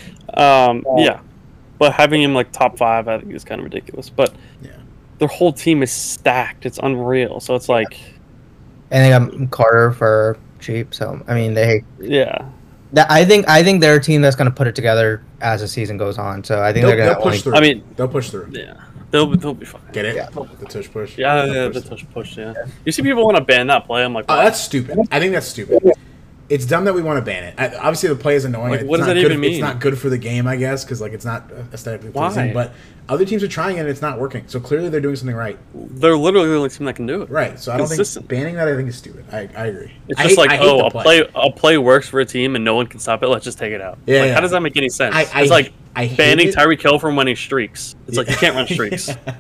[SPEAKER 3] Um, yeah. But having him like top five, I think is kind of ridiculous. But
[SPEAKER 1] Yeah.
[SPEAKER 3] their whole team is stacked. It's unreal. So it's like,
[SPEAKER 2] and they got Carter for cheap. So, I mean, they.
[SPEAKER 3] yeah,
[SPEAKER 2] That, I think I think they're a team that's going to put it together as the season goes on. So I think
[SPEAKER 1] They'll,
[SPEAKER 2] they're going
[SPEAKER 1] they'll
[SPEAKER 2] to
[SPEAKER 1] push through.
[SPEAKER 3] I mean-
[SPEAKER 1] they'll push through.
[SPEAKER 3] yeah. They'll they'll be fine.
[SPEAKER 1] Get it?
[SPEAKER 2] Yeah.
[SPEAKER 1] The tush push.
[SPEAKER 3] Yeah,
[SPEAKER 1] They'll
[SPEAKER 3] yeah,
[SPEAKER 1] push
[SPEAKER 3] the
[SPEAKER 1] through.
[SPEAKER 3] touch push. Yeah, you see people want to ban that play. I'm like,
[SPEAKER 1] Oh, that's stupid. I think that's stupid. It's dumb that we want to ban it. I, obviously, the play is annoying.
[SPEAKER 3] Like,
[SPEAKER 1] It's
[SPEAKER 3] what does
[SPEAKER 1] not
[SPEAKER 3] that
[SPEAKER 1] good-
[SPEAKER 3] even
[SPEAKER 1] It's
[SPEAKER 3] mean?
[SPEAKER 1] not good for the game, I guess, because like it's not aesthetically pleasing.
[SPEAKER 3] Why?
[SPEAKER 1] But other teams are trying it, and it's not working. So clearly, they're doing something right.
[SPEAKER 3] they're literally the only team that can do it.
[SPEAKER 1] Right. So I don't
[SPEAKER 3] Consistent.
[SPEAKER 1] think banning that. I think is stupid. I, I agree.
[SPEAKER 3] It's
[SPEAKER 1] I
[SPEAKER 3] just
[SPEAKER 1] hate- I
[SPEAKER 3] like,
[SPEAKER 1] hate
[SPEAKER 3] oh,
[SPEAKER 1] the
[SPEAKER 3] a play. a play works for a team and no one can stop it. Let's just take it out.
[SPEAKER 1] Yeah,
[SPEAKER 3] Like,
[SPEAKER 1] yeah.
[SPEAKER 3] How does that make any sense?
[SPEAKER 1] I, I,
[SPEAKER 3] it's like
[SPEAKER 1] I hate
[SPEAKER 3] banning
[SPEAKER 1] it.
[SPEAKER 3] Tyreek Hill from winning streaks. It's like you can't run
[SPEAKER 1] [LAUGHS]
[SPEAKER 3] streaks
[SPEAKER 1] yeah.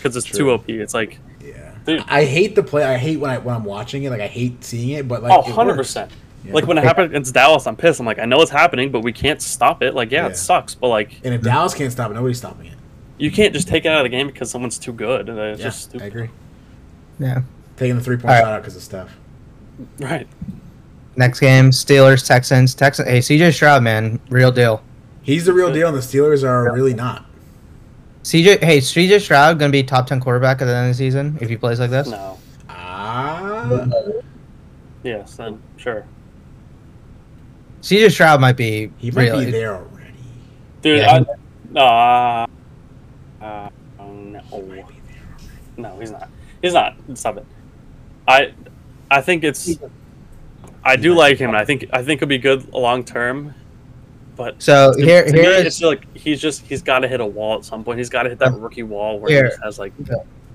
[SPEAKER 3] because it's
[SPEAKER 1] True.
[SPEAKER 3] too op. It's like
[SPEAKER 1] Yeah.
[SPEAKER 3] Dude.
[SPEAKER 1] I hate the play. I hate when I when I'm watching it. Like I hate seeing it. But like,
[SPEAKER 3] oh,
[SPEAKER 1] it
[SPEAKER 3] 100
[SPEAKER 1] works.
[SPEAKER 3] percent.
[SPEAKER 1] Yeah.
[SPEAKER 3] Like when it happened against Dallas, I'm pissed. I'm like, I know it's happening, but we can't stop it. Like, yeah,
[SPEAKER 1] Yeah.
[SPEAKER 3] it sucks, but like
[SPEAKER 1] And if Dallas can't stop it, nobody's stopping it.
[SPEAKER 3] you can't just take it out of the game because someone's too good. And It's
[SPEAKER 1] Yeah,
[SPEAKER 3] just
[SPEAKER 1] I
[SPEAKER 3] stupid.
[SPEAKER 1] agree.
[SPEAKER 2] yeah.
[SPEAKER 1] Taking the three point
[SPEAKER 2] All right.
[SPEAKER 1] shot out because of stuff.
[SPEAKER 3] [LAUGHS] Right.
[SPEAKER 2] Next game, Steelers, Texans, Texans. Hey, CJ Stroud, man, real deal.
[SPEAKER 1] He's the real
[SPEAKER 3] That's it.
[SPEAKER 1] deal, and the Steelers are really not.
[SPEAKER 2] CJ, hey, CJ Stroud gonna be top ten quarterback at the end of the season if he plays like this.
[SPEAKER 3] No.
[SPEAKER 1] Ah,
[SPEAKER 2] uh,
[SPEAKER 3] Yes, then sure.
[SPEAKER 2] CJ Stroud might be.
[SPEAKER 1] he might
[SPEAKER 2] really-
[SPEAKER 1] be there already.
[SPEAKER 3] Dude,
[SPEAKER 2] Yeah.
[SPEAKER 3] I, uh, uh,
[SPEAKER 2] Oh,
[SPEAKER 3] no. No, he's not. He's not. Stop it. I I think it's I do like him and I think I think he'll be good long term. But
[SPEAKER 2] So
[SPEAKER 3] to-
[SPEAKER 2] here,
[SPEAKER 3] to
[SPEAKER 2] here
[SPEAKER 3] me,
[SPEAKER 2] is Uh,
[SPEAKER 3] it's like he's just he's gotta hit a wall at some point. He's gotta hit that rookie wall where
[SPEAKER 2] Here.
[SPEAKER 3] he just has like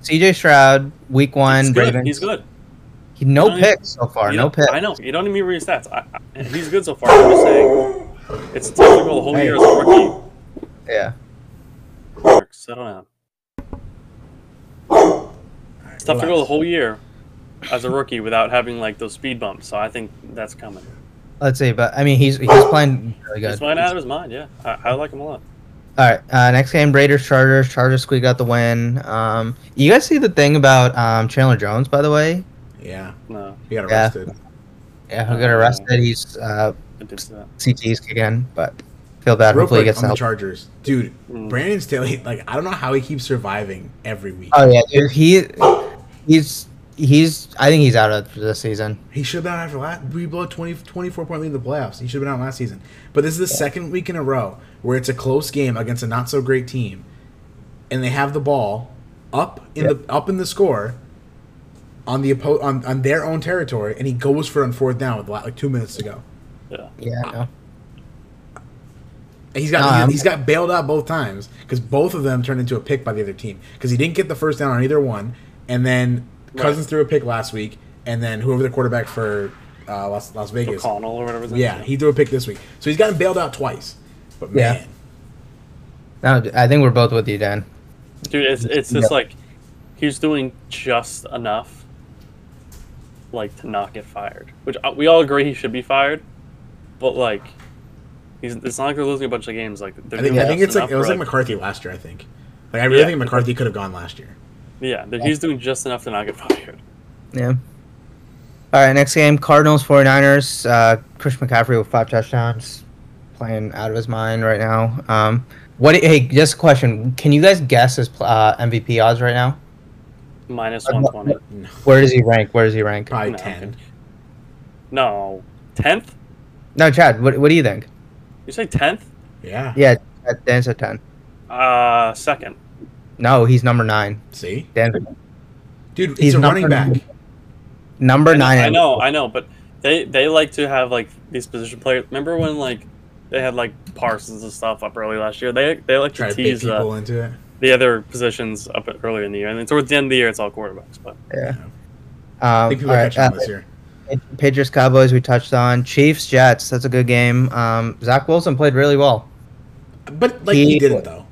[SPEAKER 2] CJ Stroud, week
[SPEAKER 3] he's
[SPEAKER 2] one,
[SPEAKER 3] good.
[SPEAKER 2] Ravens.
[SPEAKER 3] He's good.
[SPEAKER 2] He- no
[SPEAKER 3] No,
[SPEAKER 2] picks so far.
[SPEAKER 3] You
[SPEAKER 2] No
[SPEAKER 3] don't-
[SPEAKER 2] picks.
[SPEAKER 3] I know. You don't even read his stats. I, I, he's good so far. I'm just saying. It's typical the whole
[SPEAKER 1] Hey.
[SPEAKER 3] year as a rookie.
[SPEAKER 2] Yeah.
[SPEAKER 3] Works. I don't know. It's tough to go the
[SPEAKER 1] Relax.
[SPEAKER 3] whole year as a rookie without having like those speed bumps. So I think that's coming.
[SPEAKER 2] Let's see, but I mean, he's he's playing really good.
[SPEAKER 3] He's flying out of his mind. Yeah, I, I like him a lot.
[SPEAKER 2] All right. Uh, next game, Raiders, Chargers. Chargers squeak out the win. Um, you guys see the thing about um, Chandler Jones, by the way?
[SPEAKER 1] Yeah,
[SPEAKER 3] No,
[SPEAKER 1] he got
[SPEAKER 2] Yeah.
[SPEAKER 1] arrested.
[SPEAKER 2] Yeah, who got arrested? He's uh,
[SPEAKER 3] I did see that.
[SPEAKER 2] CT's again, but feel bad.
[SPEAKER 1] Real
[SPEAKER 2] Hopefully, he
[SPEAKER 1] quick
[SPEAKER 2] gets
[SPEAKER 1] on the
[SPEAKER 2] help.
[SPEAKER 1] Chargers, dude.
[SPEAKER 3] Mm.
[SPEAKER 1] Brandon Staley, like I don't know how he keeps surviving every week.
[SPEAKER 2] Oh yeah, dude, he he's he's I think he's out of for this season.
[SPEAKER 1] He should have been out after last. We blew a 20, 24 point lead in the playoffs. He should have been out last season. But this is the second week in a row where it's a close game against a not so great team, and they have the ball up in the up in the score, on the oppo- on, on their own territory, and he goes for it on fourth down with like two minutes to go.
[SPEAKER 3] Yeah.
[SPEAKER 2] Yeah. I know.
[SPEAKER 1] And he's got
[SPEAKER 2] Nah, I'm-
[SPEAKER 1] he's got bailed out both times because both of them turned into a pick by the other team because he didn't get the first down on either one, and then Cousins threw a pick last week, and then whoever the quarterback for uh, Las, Las Vegas,
[SPEAKER 3] O'Connell or whatever. His name
[SPEAKER 1] yeah,
[SPEAKER 3] is.
[SPEAKER 1] he threw a pick this week, so he's gotten bailed out twice. But
[SPEAKER 2] Yeah.
[SPEAKER 1] man,
[SPEAKER 2] No, I think we're both with you, Dan.
[SPEAKER 3] dude, it's it's just
[SPEAKER 2] Yeah.
[SPEAKER 3] like he's doing just enough, like to not get fired. Which uh, we all agree he should be fired, but like, he's it's not like they're losing a bunch of games. Like they're
[SPEAKER 1] I think
[SPEAKER 3] doing
[SPEAKER 1] I think
[SPEAKER 3] just
[SPEAKER 1] it's like
[SPEAKER 3] enough
[SPEAKER 1] it was
[SPEAKER 3] for,
[SPEAKER 1] like McCarthy last year. I think, like I really
[SPEAKER 3] Yeah.
[SPEAKER 1] think McCarthy could have gone last year.
[SPEAKER 3] yeah, that he's doing just enough to not get [LAUGHS] fired.
[SPEAKER 2] Yeah. All right, next game Cardinals 49ers. Uh, Christian McCaffrey with five touchdowns, playing out of his mind right now. Um, what? Hey, just a question. Can you guys guess his uh, MVP odds right now?
[SPEAKER 3] Minus
[SPEAKER 2] I'm
[SPEAKER 3] one
[SPEAKER 2] not-
[SPEAKER 3] twenty.
[SPEAKER 1] No,
[SPEAKER 2] Where does he rank? Where does he rank?
[SPEAKER 1] probably
[SPEAKER 3] No,
[SPEAKER 1] ten.
[SPEAKER 3] No, tenth.
[SPEAKER 2] No, Chad. What, what do you think?
[SPEAKER 3] You say tenth?
[SPEAKER 1] Yeah.
[SPEAKER 2] Yeah, Chad- Dan's at ten.
[SPEAKER 3] Uh, second.
[SPEAKER 2] No, he's number nine.
[SPEAKER 1] See,
[SPEAKER 2] Dan,
[SPEAKER 1] dude, it's
[SPEAKER 2] He's
[SPEAKER 1] a
[SPEAKER 2] not
[SPEAKER 1] running back.
[SPEAKER 2] running. number
[SPEAKER 3] I know-
[SPEAKER 2] nine.
[SPEAKER 3] I know, I know, but they they like to have like these position players. Remember when like they had like Parsons and stuff up early last year? They they like
[SPEAKER 1] Try
[SPEAKER 3] to
[SPEAKER 1] to bait
[SPEAKER 3] tease
[SPEAKER 1] people
[SPEAKER 3] uh,
[SPEAKER 1] into it.
[SPEAKER 3] the other positions up earlier in the year, and then towards the end of the year, it's all quarterbacks. But [LAUGHS]
[SPEAKER 2] Yeah.
[SPEAKER 1] I
[SPEAKER 2] Um,
[SPEAKER 1] think people
[SPEAKER 2] all
[SPEAKER 1] are
[SPEAKER 2] right,
[SPEAKER 1] catching
[SPEAKER 2] uh,
[SPEAKER 1] on this year.
[SPEAKER 2] Patriots Cowboys we touched on. Chiefs Jets. That's a good game. Um, Zach Wilson played really well.
[SPEAKER 1] But like he,
[SPEAKER 2] he-
[SPEAKER 1] didn't though.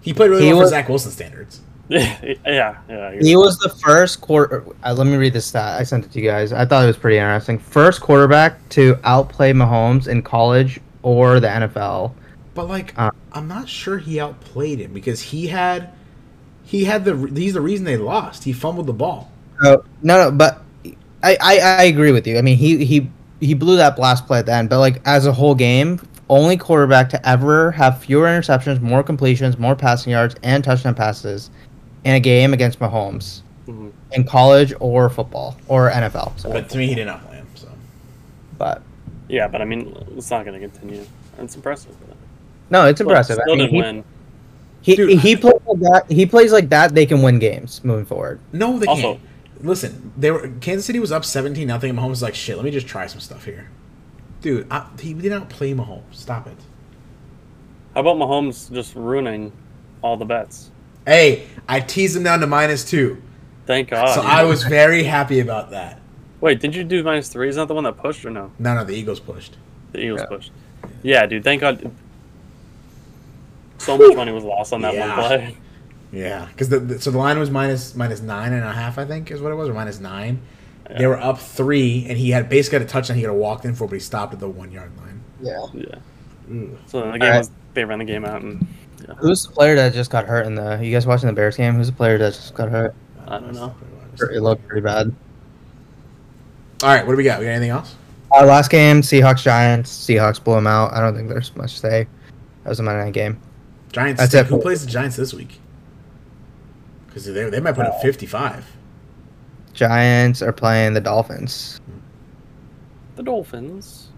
[SPEAKER 1] He played really
[SPEAKER 2] He
[SPEAKER 1] well for
[SPEAKER 2] was-
[SPEAKER 1] Zach Wilson standards.
[SPEAKER 3] yeah, yeah, yeah.
[SPEAKER 2] He was the first quarter. Uh, let me read this stat. I sent it to you guys. I thought it was pretty interesting. First quarterback to outplay Mahomes in college or the NFL.
[SPEAKER 1] But like
[SPEAKER 2] Uh.
[SPEAKER 1] I'm not sure he outplayed him because he had he had the he's the reason they lost. He fumbled the ball.
[SPEAKER 2] So, Oh, no, no, but I, I, I agree with you. I mean, he, he he blew that blast play at the end, but like as a whole game, only quarterback to ever have fewer interceptions, more completions, more passing yards, and touchdown passes in a game against Mahomes
[SPEAKER 3] Mhm.
[SPEAKER 2] in college or football or NFL. So,
[SPEAKER 1] But to me he didn't outplay him, so
[SPEAKER 2] but
[SPEAKER 3] yeah, but I mean, it's not going to continue. It's impressive. It's
[SPEAKER 2] no, it's impressive.
[SPEAKER 3] Still
[SPEAKER 2] I mean,
[SPEAKER 3] didn't
[SPEAKER 2] he-
[SPEAKER 3] win.
[SPEAKER 2] He,
[SPEAKER 1] Dude,
[SPEAKER 2] he plays like that. He plays like that. They can win games moving forward.
[SPEAKER 1] No they
[SPEAKER 3] Also-
[SPEAKER 1] can't. Listen, they were Kansas City was up seventeen nothing and Mahomes was like, shit, let me just try some stuff here. Dude, I, he did not play Mahomes. Stop it.
[SPEAKER 3] How about Mahomes just ruining all the bets?
[SPEAKER 1] Hey, I teased him down to minus two.
[SPEAKER 3] Thank God.
[SPEAKER 1] so I was very happy about that.
[SPEAKER 3] Wait, did you do minus three? Is that the one that pushed or no?
[SPEAKER 1] No, no, the Eagles pushed.
[SPEAKER 3] The Eagles
[SPEAKER 2] Yeah.
[SPEAKER 3] pushed. Yeah, dude. Thank God. So much money was lost on that
[SPEAKER 1] Yeah.
[SPEAKER 3] one play. [LAUGHS]
[SPEAKER 1] Yeah, because the, the so the line was minus minus nine and a half, I think, is what it was, or minus nine. They
[SPEAKER 3] Yeah.
[SPEAKER 1] were up three, and he had basically had a touchdown. He could have walked in for, but he stopped at the one yard line.
[SPEAKER 2] Yeah.
[SPEAKER 3] Yeah.
[SPEAKER 1] Ooh.
[SPEAKER 3] So then the game
[SPEAKER 2] Alright.
[SPEAKER 3] was they ran the game out and
[SPEAKER 2] Who's the player that just got hurt in the? You guys watching the Bears game? Who's the player that just got hurt?
[SPEAKER 3] I don't know.
[SPEAKER 2] It looked pretty bad.
[SPEAKER 1] All right, what do we got? We got anything else?
[SPEAKER 2] Our Uh, last game, Seahawks Giants. Seahawks blew them out. I don't think there's much to say. That was a Monday night game.
[SPEAKER 1] Giants.
[SPEAKER 2] That's
[SPEAKER 1] stink.
[SPEAKER 2] it.
[SPEAKER 1] Who plays the Giants this week? Because they they might put
[SPEAKER 2] Oh.
[SPEAKER 1] up fifty five.
[SPEAKER 2] Giants are playing the Dolphins.
[SPEAKER 3] the Dolphins.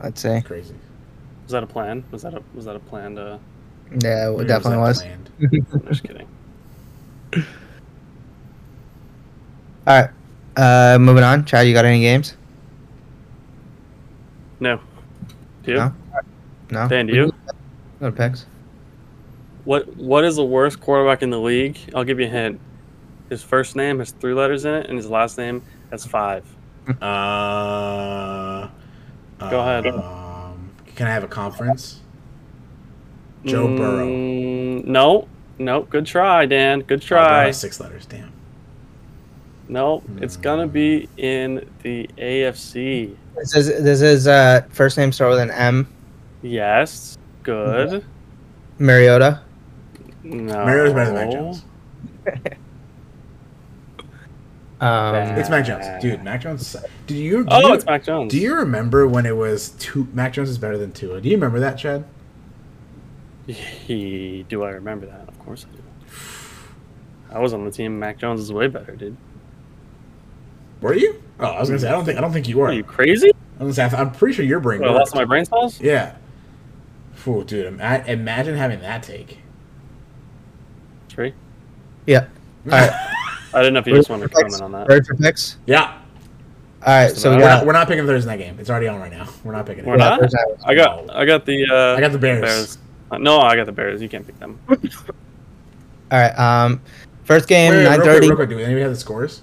[SPEAKER 2] I'd say.
[SPEAKER 1] Crazy.
[SPEAKER 3] Was that a plan? Was that a was that a plan to?
[SPEAKER 2] Yeah,
[SPEAKER 1] Maybe
[SPEAKER 2] it
[SPEAKER 1] it
[SPEAKER 2] definitely
[SPEAKER 1] that
[SPEAKER 2] was.
[SPEAKER 1] planned.
[SPEAKER 3] I'm
[SPEAKER 2] [LAUGHS]
[SPEAKER 3] just kidding.
[SPEAKER 2] All right. Uh, moving on. Chad, you got any games?
[SPEAKER 3] No. Do you?
[SPEAKER 2] No. No.
[SPEAKER 3] Dan, do you?
[SPEAKER 2] No picks.
[SPEAKER 3] What What is the worst quarterback in the league? I'll give you a hint. His first name has three letters in it, and his last name has five.
[SPEAKER 1] Uh,
[SPEAKER 3] Go ahead.
[SPEAKER 1] Um, can I have a conference? Joe Burrow.
[SPEAKER 3] Mm, No, no. Good try, Dan. Good
[SPEAKER 1] Oh, I
[SPEAKER 3] try.
[SPEAKER 1] have six letters. Damn.
[SPEAKER 3] No, it's gonna be in the AFC.
[SPEAKER 2] This is this is uh first name start with an M.
[SPEAKER 3] Yes. Good.
[SPEAKER 2] Mariota.
[SPEAKER 3] No.
[SPEAKER 1] Mario's better than Mac Jones.
[SPEAKER 2] Um,
[SPEAKER 3] Bad.
[SPEAKER 1] It's Mac Jones, dude. Mac Jones. suck- Did you? Do
[SPEAKER 3] Ah. Oh,
[SPEAKER 1] you,
[SPEAKER 3] it's Mac Jones.
[SPEAKER 1] Do you remember when it was two? Mac Jones is better than Tua. Do you remember that, Chad?
[SPEAKER 3] He, do I remember that? Of course I do. I was on the team. Mac Jones is way better, dude.
[SPEAKER 1] Were you? Oh, I was gonna say I don't think I don't think you were.
[SPEAKER 3] Are you crazy?
[SPEAKER 1] I was gonna say, I am pretty sure your brain.
[SPEAKER 3] Well, I
[SPEAKER 1] worked.
[SPEAKER 3] lost my brain cells.
[SPEAKER 1] Yeah. Fool, dude. ima- Imagine having that take.
[SPEAKER 3] Three.
[SPEAKER 2] Yeah. All right.
[SPEAKER 3] I didn't know if you just wanted to comment on that.
[SPEAKER 2] Ready for picks?
[SPEAKER 1] [LAUGHS] Yeah,
[SPEAKER 2] All right, so we
[SPEAKER 1] we're
[SPEAKER 2] got.
[SPEAKER 1] not, we're not picking the Thursday night game. It's already on right now. We're not picking it.
[SPEAKER 3] We're not?
[SPEAKER 2] there's that.
[SPEAKER 3] I got I got the uh,
[SPEAKER 1] I got the Bears.
[SPEAKER 3] Uh, No, I got the Bears. You can't pick them.
[SPEAKER 2] All right. Um, first game,
[SPEAKER 1] Wait, wait,
[SPEAKER 2] nine
[SPEAKER 1] real quick,
[SPEAKER 2] thirty.
[SPEAKER 1] real quick, do we anybody have the scores?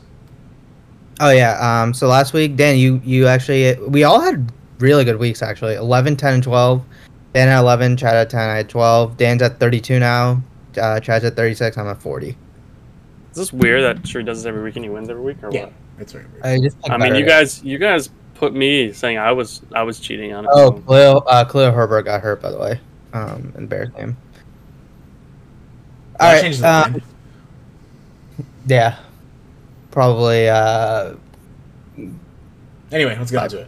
[SPEAKER 2] Oh yeah. Um, so last week, Dan, you you actually we all had really good weeks actually. 11, 10, and twelve. Dan at eleven, Chad at ten, I had twelve. Dan's at thirty-two now. Uh, Chad's at thirty-six. I'm at forty.
[SPEAKER 3] Is this weird that Shree does this every week and he wins every week or
[SPEAKER 1] Yeah,
[SPEAKER 3] what?
[SPEAKER 1] that's right.
[SPEAKER 2] I just.
[SPEAKER 3] I mean, you guys, you guys put me saying I was I was cheating on it.
[SPEAKER 2] Oh,
[SPEAKER 3] so-
[SPEAKER 2] Khalil, uh, Khalil Herbert got hurt by the way. Um, in Bears game. All
[SPEAKER 1] That
[SPEAKER 2] right.
[SPEAKER 1] changes the
[SPEAKER 2] Uh,
[SPEAKER 1] game.
[SPEAKER 2] yeah. Probably. Uh,
[SPEAKER 1] Anyway, let's get into it.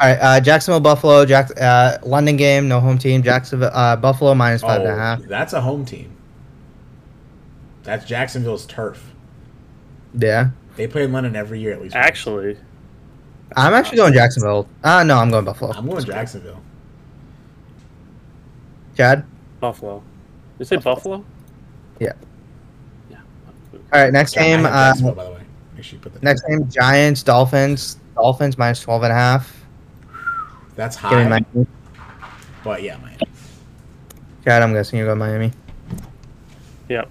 [SPEAKER 2] all right. Uh, Jacksonville, Buffalo, Jack. Uh, London game, no home team. Jacksonville, uh, Buffalo minus five
[SPEAKER 1] Oh,
[SPEAKER 2] and a half.
[SPEAKER 1] that's a home team. That's Jacksonville's turf.
[SPEAKER 2] Yeah.
[SPEAKER 1] They play in London every year at least. once.
[SPEAKER 3] Actually,
[SPEAKER 2] I'm actually going Jacksonville. Uh no, I'm going Buffalo.
[SPEAKER 1] I'm going Jacksonville.
[SPEAKER 2] Chad.
[SPEAKER 3] Buffalo. You say Buffalo?
[SPEAKER 2] Yeah.
[SPEAKER 3] Yeah.
[SPEAKER 2] All right, next
[SPEAKER 1] I
[SPEAKER 2] game.
[SPEAKER 1] have
[SPEAKER 2] Uh,
[SPEAKER 1] Jacksonville, by the way. Make sure you put that.
[SPEAKER 2] next game, Giants, Dolphins, Dolphins minus twelve and a half.
[SPEAKER 1] That's
[SPEAKER 2] Give me
[SPEAKER 1] high,
[SPEAKER 2] Miami.
[SPEAKER 1] but yeah, Miami.
[SPEAKER 2] Chad, I'm guessing you go Miami.
[SPEAKER 3] Yep.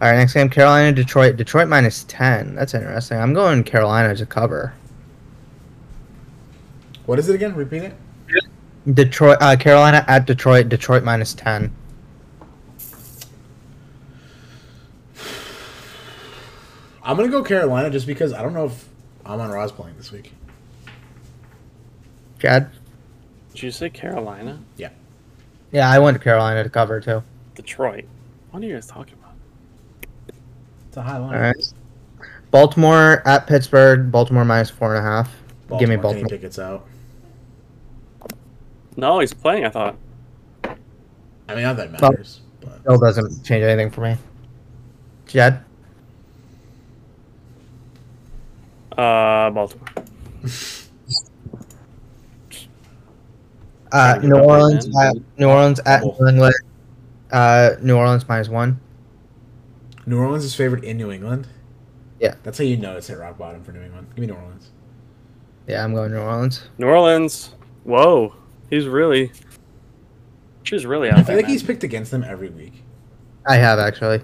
[SPEAKER 2] All right, next game, Carolina, Detroit, Detroit minus ten. That's interesting. I'm going Carolina to cover.
[SPEAKER 1] What is it again? Repeat it.
[SPEAKER 2] Detroit, uh, Carolina at Detroit, Detroit minus ten.
[SPEAKER 1] I'm gonna go Carolina just because I don't know if Amon Ra's playing this week.
[SPEAKER 2] Chad.
[SPEAKER 3] Did you say Carolina?
[SPEAKER 1] Yeah,
[SPEAKER 2] Yeah, I went Carolina to cover too.
[SPEAKER 3] Detroit. What are you guys talking about?
[SPEAKER 1] it's a high
[SPEAKER 2] All
[SPEAKER 1] line.
[SPEAKER 2] right. Baltimore at Pittsburgh, Baltimore minus four and a half. Give me
[SPEAKER 1] Baltimore.
[SPEAKER 2] Baltimore.
[SPEAKER 1] Kenny Pickett's out.
[SPEAKER 3] No, he's playing. I thought.
[SPEAKER 1] I mean, not that it matters, but
[SPEAKER 2] Still doesn't change anything for me. Jed,
[SPEAKER 3] Uh, Baltimore.
[SPEAKER 2] uh,
[SPEAKER 3] Gotta get
[SPEAKER 2] New
[SPEAKER 3] that one
[SPEAKER 2] Orleans,
[SPEAKER 3] in.
[SPEAKER 2] at, New Orleans at
[SPEAKER 1] Cool.
[SPEAKER 2] New England, uh, New Orleans minus one.
[SPEAKER 1] New Orleans is favored in New England.
[SPEAKER 2] Yeah.
[SPEAKER 1] that's how you know it's at rock bottom for New England. Give me New Orleans.
[SPEAKER 2] Yeah, I'm going New Orleans.
[SPEAKER 3] New Orleans. Whoa, he's really. She's really
[SPEAKER 1] I
[SPEAKER 3] out there.
[SPEAKER 1] feel like
[SPEAKER 3] man.
[SPEAKER 1] he's picked against them every week.
[SPEAKER 2] I have actually.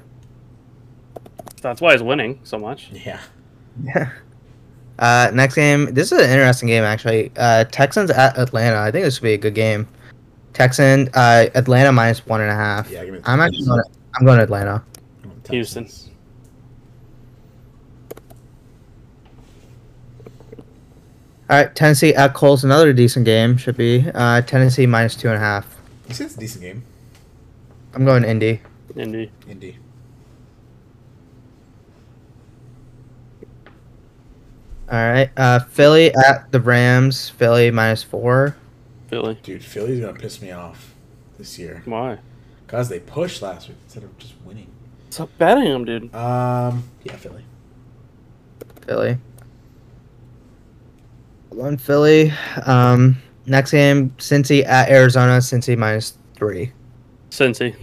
[SPEAKER 3] That's why he's winning so much.
[SPEAKER 1] Yeah,
[SPEAKER 2] [LAUGHS] uh, next game. This is an interesting game actually. Uh, Texans at Atlanta. I think this would be a good game. Texan, uh, Atlanta minus one and a half.
[SPEAKER 1] yeah. Give me the
[SPEAKER 2] I'm actually going. I'm going Atlanta.
[SPEAKER 1] I'm going
[SPEAKER 3] Houston.
[SPEAKER 1] Texans.
[SPEAKER 2] All right, Tennessee at Colts. Another decent game should be. Uh, Tennessee minus two and a half.
[SPEAKER 1] You said it's a decent game.
[SPEAKER 2] I'm going Indy.
[SPEAKER 3] Indy.
[SPEAKER 1] Indy.
[SPEAKER 2] All right. Uh, Philly at the Rams. Philly minus four.
[SPEAKER 3] Philly.
[SPEAKER 1] Dude, Philly's gonna piss me off this year
[SPEAKER 3] Why?
[SPEAKER 1] because they pushed last week instead of just winning.
[SPEAKER 3] Stop betting him, dude.
[SPEAKER 1] Um, yeah, Philly.
[SPEAKER 2] Philly. One Philly. Um, next game, Cincy at Arizona. Cincy minus three.
[SPEAKER 3] Cincy.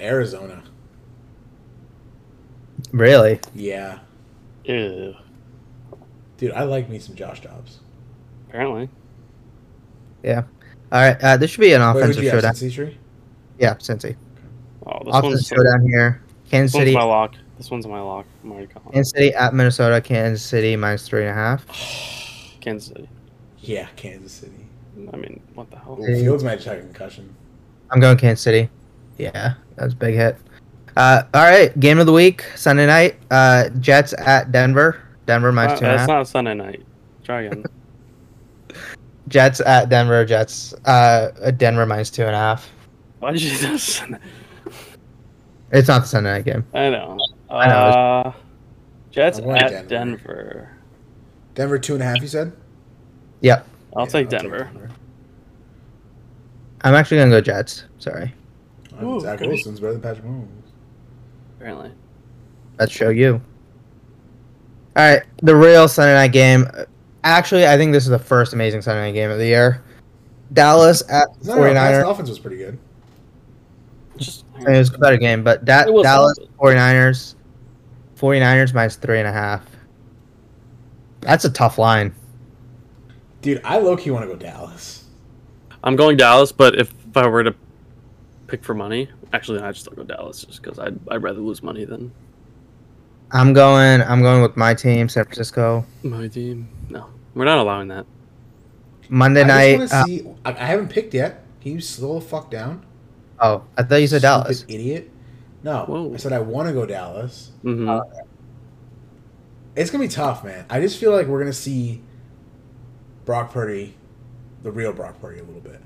[SPEAKER 1] Arizona.
[SPEAKER 2] Really?
[SPEAKER 1] Yeah,
[SPEAKER 3] Ew.
[SPEAKER 1] dude, I like me some Josh Jobs.
[SPEAKER 3] Apparently.
[SPEAKER 2] All right. Uh, this should be an
[SPEAKER 1] Wait, who'd
[SPEAKER 2] offensive
[SPEAKER 1] you have?
[SPEAKER 2] showdown.
[SPEAKER 1] Cincy?
[SPEAKER 2] Yeah, Cincy.
[SPEAKER 3] Oh, this
[SPEAKER 2] Offensive
[SPEAKER 3] one's, this
[SPEAKER 2] showdown here. Kansas
[SPEAKER 3] one's
[SPEAKER 2] City.
[SPEAKER 3] my lock. This one's my lock. uh, I'm already calling. it.
[SPEAKER 2] Kansas City at Minnesota. Kansas City minus three and a half.
[SPEAKER 3] Kansas City.
[SPEAKER 1] [SIGHS] Yeah, Kansas City.
[SPEAKER 3] I mean, what the hell?
[SPEAKER 1] Ooh,
[SPEAKER 2] Hey.
[SPEAKER 1] Fields might just have a concussion.
[SPEAKER 2] I'm going Kansas City. Yeah, that was a big hit. Uh, all right, game of the week, Sunday night. Uh, Jets at Denver. Denver
[SPEAKER 3] Uh,
[SPEAKER 2] minus two and a
[SPEAKER 3] that's
[SPEAKER 2] half.
[SPEAKER 3] not Sunday night.
[SPEAKER 2] [LAUGHS]
[SPEAKER 3] Try again.
[SPEAKER 2] Jets at Denver. Jets. Uh, uh, Denver minus two and a half.
[SPEAKER 3] Why did you do this?
[SPEAKER 2] It's not the Sunday night game.
[SPEAKER 3] I know.
[SPEAKER 2] I know.
[SPEAKER 3] Uh, Jets
[SPEAKER 1] I want
[SPEAKER 3] at Denver.
[SPEAKER 1] Denver two and a half. You said.
[SPEAKER 2] Yep.
[SPEAKER 3] I'll
[SPEAKER 1] Yeah,
[SPEAKER 3] take Denver.
[SPEAKER 2] I'm actually gonna go Jets. Sorry,
[SPEAKER 1] I mean,
[SPEAKER 3] Ooh,
[SPEAKER 1] Zach
[SPEAKER 3] goody.
[SPEAKER 1] Wilson's better than Patrick Mahomes.
[SPEAKER 3] Apparently.
[SPEAKER 2] let's show you. All right, the real Sunday night game. Actually, I think this is the first amazing Sunday night game of the year. Dallas at
[SPEAKER 1] No, no, no, Pat's
[SPEAKER 2] 49ers.
[SPEAKER 1] offense was pretty good.
[SPEAKER 3] Just
[SPEAKER 2] I mean, It was a better game, but that
[SPEAKER 3] It was
[SPEAKER 2] Dallas 49ers. 49ers minus three and a half. That's a tough line.
[SPEAKER 1] Dude, I low key want to go Dallas.
[SPEAKER 3] I'm going Dallas, but if, if I were to pick for money, actually, I'd still go Dallas just because I'd, I'd rather lose money than
[SPEAKER 2] I'm going. I'm going with my team, San Francisco.
[SPEAKER 3] my team. No, we're not allowing that.
[SPEAKER 2] Monday
[SPEAKER 1] I
[SPEAKER 2] night.
[SPEAKER 1] just
[SPEAKER 2] uh,
[SPEAKER 1] want to see. I, I haven't picked yet. Can you slow the fuck down?
[SPEAKER 2] oh, I thought you said
[SPEAKER 1] Stupid
[SPEAKER 2] Dallas.
[SPEAKER 1] idiot. No,
[SPEAKER 3] Whoa.
[SPEAKER 1] I said I want to go Dallas.
[SPEAKER 3] hmm
[SPEAKER 2] Uh,
[SPEAKER 1] It's gonna be tough, man. I just feel like we're gonna see Brock Purdy, the real Brock Purdy, a little bit.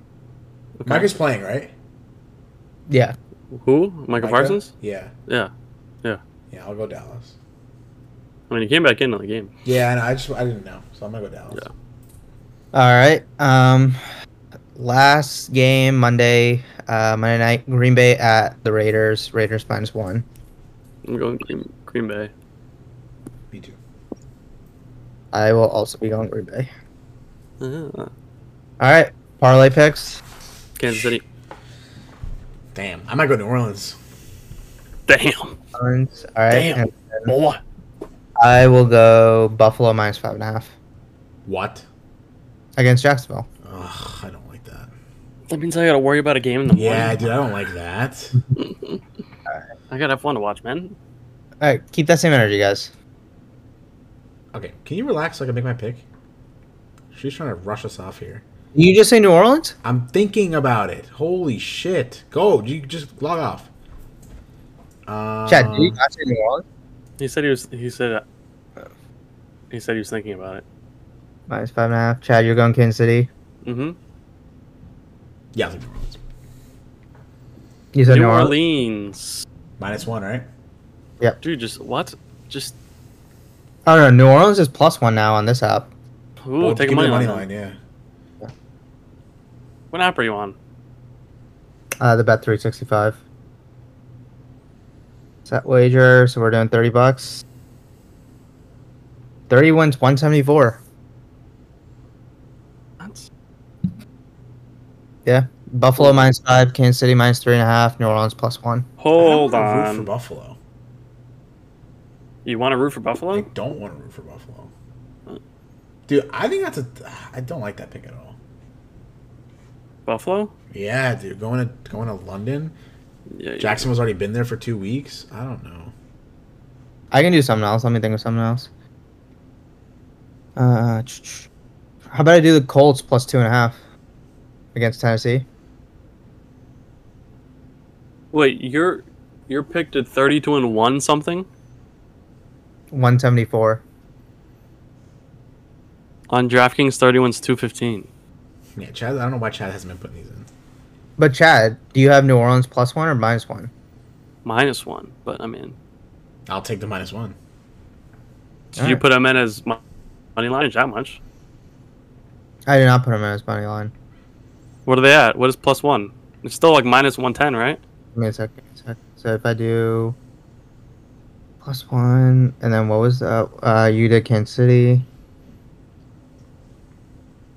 [SPEAKER 3] Okay.
[SPEAKER 1] Micah's playing, right?
[SPEAKER 2] Yeah.
[SPEAKER 3] Who? Michael
[SPEAKER 1] Micah?
[SPEAKER 3] Parsons?
[SPEAKER 1] Yeah,
[SPEAKER 3] Yeah.
[SPEAKER 1] yeah. I'll go Dallas.
[SPEAKER 3] I mean, he came back in on the game.
[SPEAKER 1] Yeah, and I just I didn't know, so I'm gonna go Dallas.
[SPEAKER 3] Yeah.
[SPEAKER 2] All right. Um, last game Monday. Uh, Monday night. Green Bay at the Raiders. Raiders minus one.
[SPEAKER 3] I'm going Green, Green Bay.
[SPEAKER 1] Me too.
[SPEAKER 2] I will also be going Green Bay.
[SPEAKER 3] Ah,
[SPEAKER 2] All right. Parlay picks.
[SPEAKER 3] Kansas City.
[SPEAKER 1] Damn, I might go New Orleans.
[SPEAKER 3] Damn.
[SPEAKER 2] All right.
[SPEAKER 1] Damn.
[SPEAKER 2] and then
[SPEAKER 1] Boy,
[SPEAKER 2] I will go Buffalo minus five and a half
[SPEAKER 1] what?
[SPEAKER 2] against Jacksonville.
[SPEAKER 1] Ugh, I don't like that.
[SPEAKER 3] That means I got to worry about a game in the morning.
[SPEAKER 1] Yeah, dude, I don't like
[SPEAKER 3] [LAUGHS]
[SPEAKER 1] that.
[SPEAKER 3] I got F1 to watch, man.
[SPEAKER 2] All right. Keep that same energy, guys.
[SPEAKER 1] Okay, can you relax so I can make my pick? She's trying to rush us off here.
[SPEAKER 2] You just say New Orleans?
[SPEAKER 1] I'm thinking about it. Holy shit. Go. You just log off. Um,
[SPEAKER 2] Chad, did you not say New Orleans?
[SPEAKER 3] He said he was. He said. Uh, he said he was thinking about it.
[SPEAKER 2] Minus five and a half. Chad, you're going Kansas City.
[SPEAKER 3] Mm-hmm.
[SPEAKER 1] Yeah, I think New Orleans.
[SPEAKER 2] You said
[SPEAKER 3] New Orleans.
[SPEAKER 1] Minus one, right?
[SPEAKER 3] Dude, just what? Just
[SPEAKER 2] Oh no, New Orleans is plus one now on this app.
[SPEAKER 3] ooh,
[SPEAKER 1] Well,
[SPEAKER 3] take a
[SPEAKER 1] give me
[SPEAKER 3] money,
[SPEAKER 1] the
[SPEAKER 3] line.
[SPEAKER 1] money line, yeah.
[SPEAKER 3] What app are you on?
[SPEAKER 2] Uh, the bet three sixty five. Set wager, so we're doing thirty bucks. Thirty one's one seventy four.
[SPEAKER 3] That's
[SPEAKER 2] Buffalo minus five, Kansas City minus three and a half, New Orleans plus one.
[SPEAKER 3] Hold
[SPEAKER 1] I don't wanna Root for
[SPEAKER 3] on.
[SPEAKER 1] Buffalo.
[SPEAKER 3] You want to root for
[SPEAKER 1] I
[SPEAKER 3] Buffalo?
[SPEAKER 1] don't want to root for Buffalo.
[SPEAKER 3] Huh.
[SPEAKER 1] Dude, I think that's a. I don't like that pick at all.
[SPEAKER 3] Buffalo?
[SPEAKER 1] Yeah, dude, going to going to London.
[SPEAKER 3] Yeah. yeah.
[SPEAKER 1] Jackson was already been there for two weeks. I don't know.
[SPEAKER 2] I can do something else. Let me think of something else. Uh, ch- ch- how about I do the Colts plus two and a half against Tennessee?
[SPEAKER 3] Wait, you're you're picked at thirty-two and one something
[SPEAKER 2] One seventy four.
[SPEAKER 3] on DraftKings. Thirty-one's two fifteen.
[SPEAKER 1] Yeah, Chad. I don't know why Chad hasn't been putting these in.
[SPEAKER 2] But Chad, do you have New Orleans plus one or minus one?
[SPEAKER 3] minus one. But I mean,
[SPEAKER 1] I'll take the minus one.
[SPEAKER 3] did you
[SPEAKER 2] Alright.
[SPEAKER 3] put them in as mo- money line? Is that much?
[SPEAKER 2] I did not put him in his money line.
[SPEAKER 3] What are they at? What is plus one? It's still like minus one ten, right?
[SPEAKER 2] Give me a second. give me a sec. So if I do plus one, and then what was that? Uh, you did Kansas City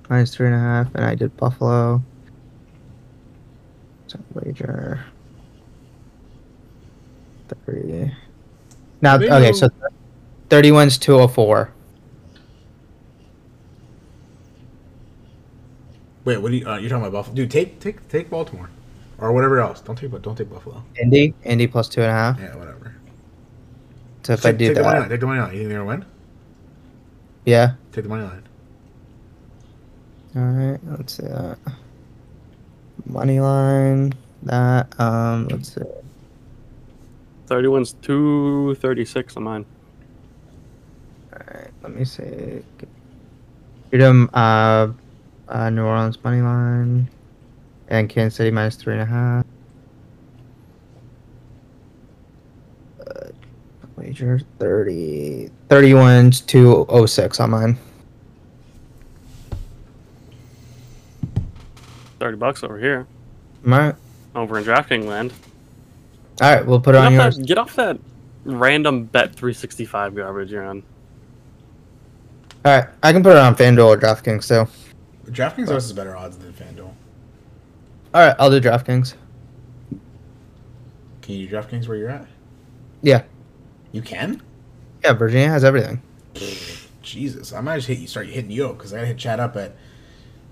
[SPEAKER 2] minus three and a half, and I did Buffalo. So wager thirty. Now
[SPEAKER 1] Maybe
[SPEAKER 2] okay,
[SPEAKER 1] I'll-
[SPEAKER 2] so thirty-one's two hundred four.
[SPEAKER 1] Wait, what are you? Uh, you're talking about Buffalo, dude? Take take take Baltimore, or whatever else. Don't take but don't take Buffalo.
[SPEAKER 2] Indy, Indy plus two and a half.
[SPEAKER 1] Yeah, whatever.
[SPEAKER 2] So if I
[SPEAKER 1] take,
[SPEAKER 2] do
[SPEAKER 1] take the money
[SPEAKER 2] that,
[SPEAKER 1] line. Take the money line. You think they're gonna win?
[SPEAKER 2] yeah.
[SPEAKER 1] Take the money line.
[SPEAKER 2] All right, let's see that. Money line, that, um, let's see.
[SPEAKER 3] Thirty-one's two thirty-six on mine.
[SPEAKER 2] All right, let me see. You're doing, uh, uh, New Orleans money line and Kansas City minus three and a half. Uh, Wager 30, 31's 206 on mine.
[SPEAKER 3] Thirty bucks over here,
[SPEAKER 2] All right,
[SPEAKER 3] over in DraftKings land.
[SPEAKER 2] all right, we'll put it
[SPEAKER 3] Get
[SPEAKER 2] on
[SPEAKER 3] off,
[SPEAKER 2] yours.
[SPEAKER 3] that, get off that random bet three sixty-five garbage you're on.
[SPEAKER 2] All right, I can put it on FanDuel or DraftKings too.
[SPEAKER 1] DraftKings always has better odds than FanDuel.
[SPEAKER 2] All right, I'll do DraftKings.
[SPEAKER 1] Can you do DraftKings where you're at?
[SPEAKER 2] Yeah.
[SPEAKER 1] You can. [SIGHS]
[SPEAKER 2] Yeah, Virginia has everything.
[SPEAKER 1] Jesus, I might just hit you. Start hitting you up because I gotta hit Chad up at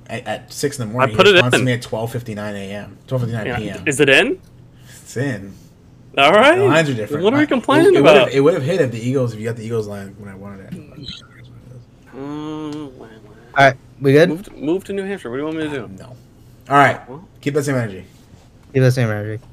[SPEAKER 1] at, at six in the morning.
[SPEAKER 3] I put
[SPEAKER 1] he
[SPEAKER 3] it
[SPEAKER 1] responds to
[SPEAKER 3] in.
[SPEAKER 1] me at twelve fifty nine a.m. Twelve fifty nine
[SPEAKER 3] Yeah.
[SPEAKER 1] p.m.
[SPEAKER 3] Is it in?
[SPEAKER 1] It's in.
[SPEAKER 3] All right.
[SPEAKER 1] The lines are different.
[SPEAKER 3] What are we
[SPEAKER 1] It-
[SPEAKER 3] complaining
[SPEAKER 1] it, would've-
[SPEAKER 3] about?
[SPEAKER 1] It would have hit if the Eagles if you got the Eagles line when I wanted it.
[SPEAKER 3] Mm, wah, wah.
[SPEAKER 2] All right, we good?
[SPEAKER 3] Move to, move to New Hampshire. What do you want me to do?
[SPEAKER 1] No. All right.
[SPEAKER 3] Well,
[SPEAKER 1] Keep that same energy.
[SPEAKER 2] Keep the same energy.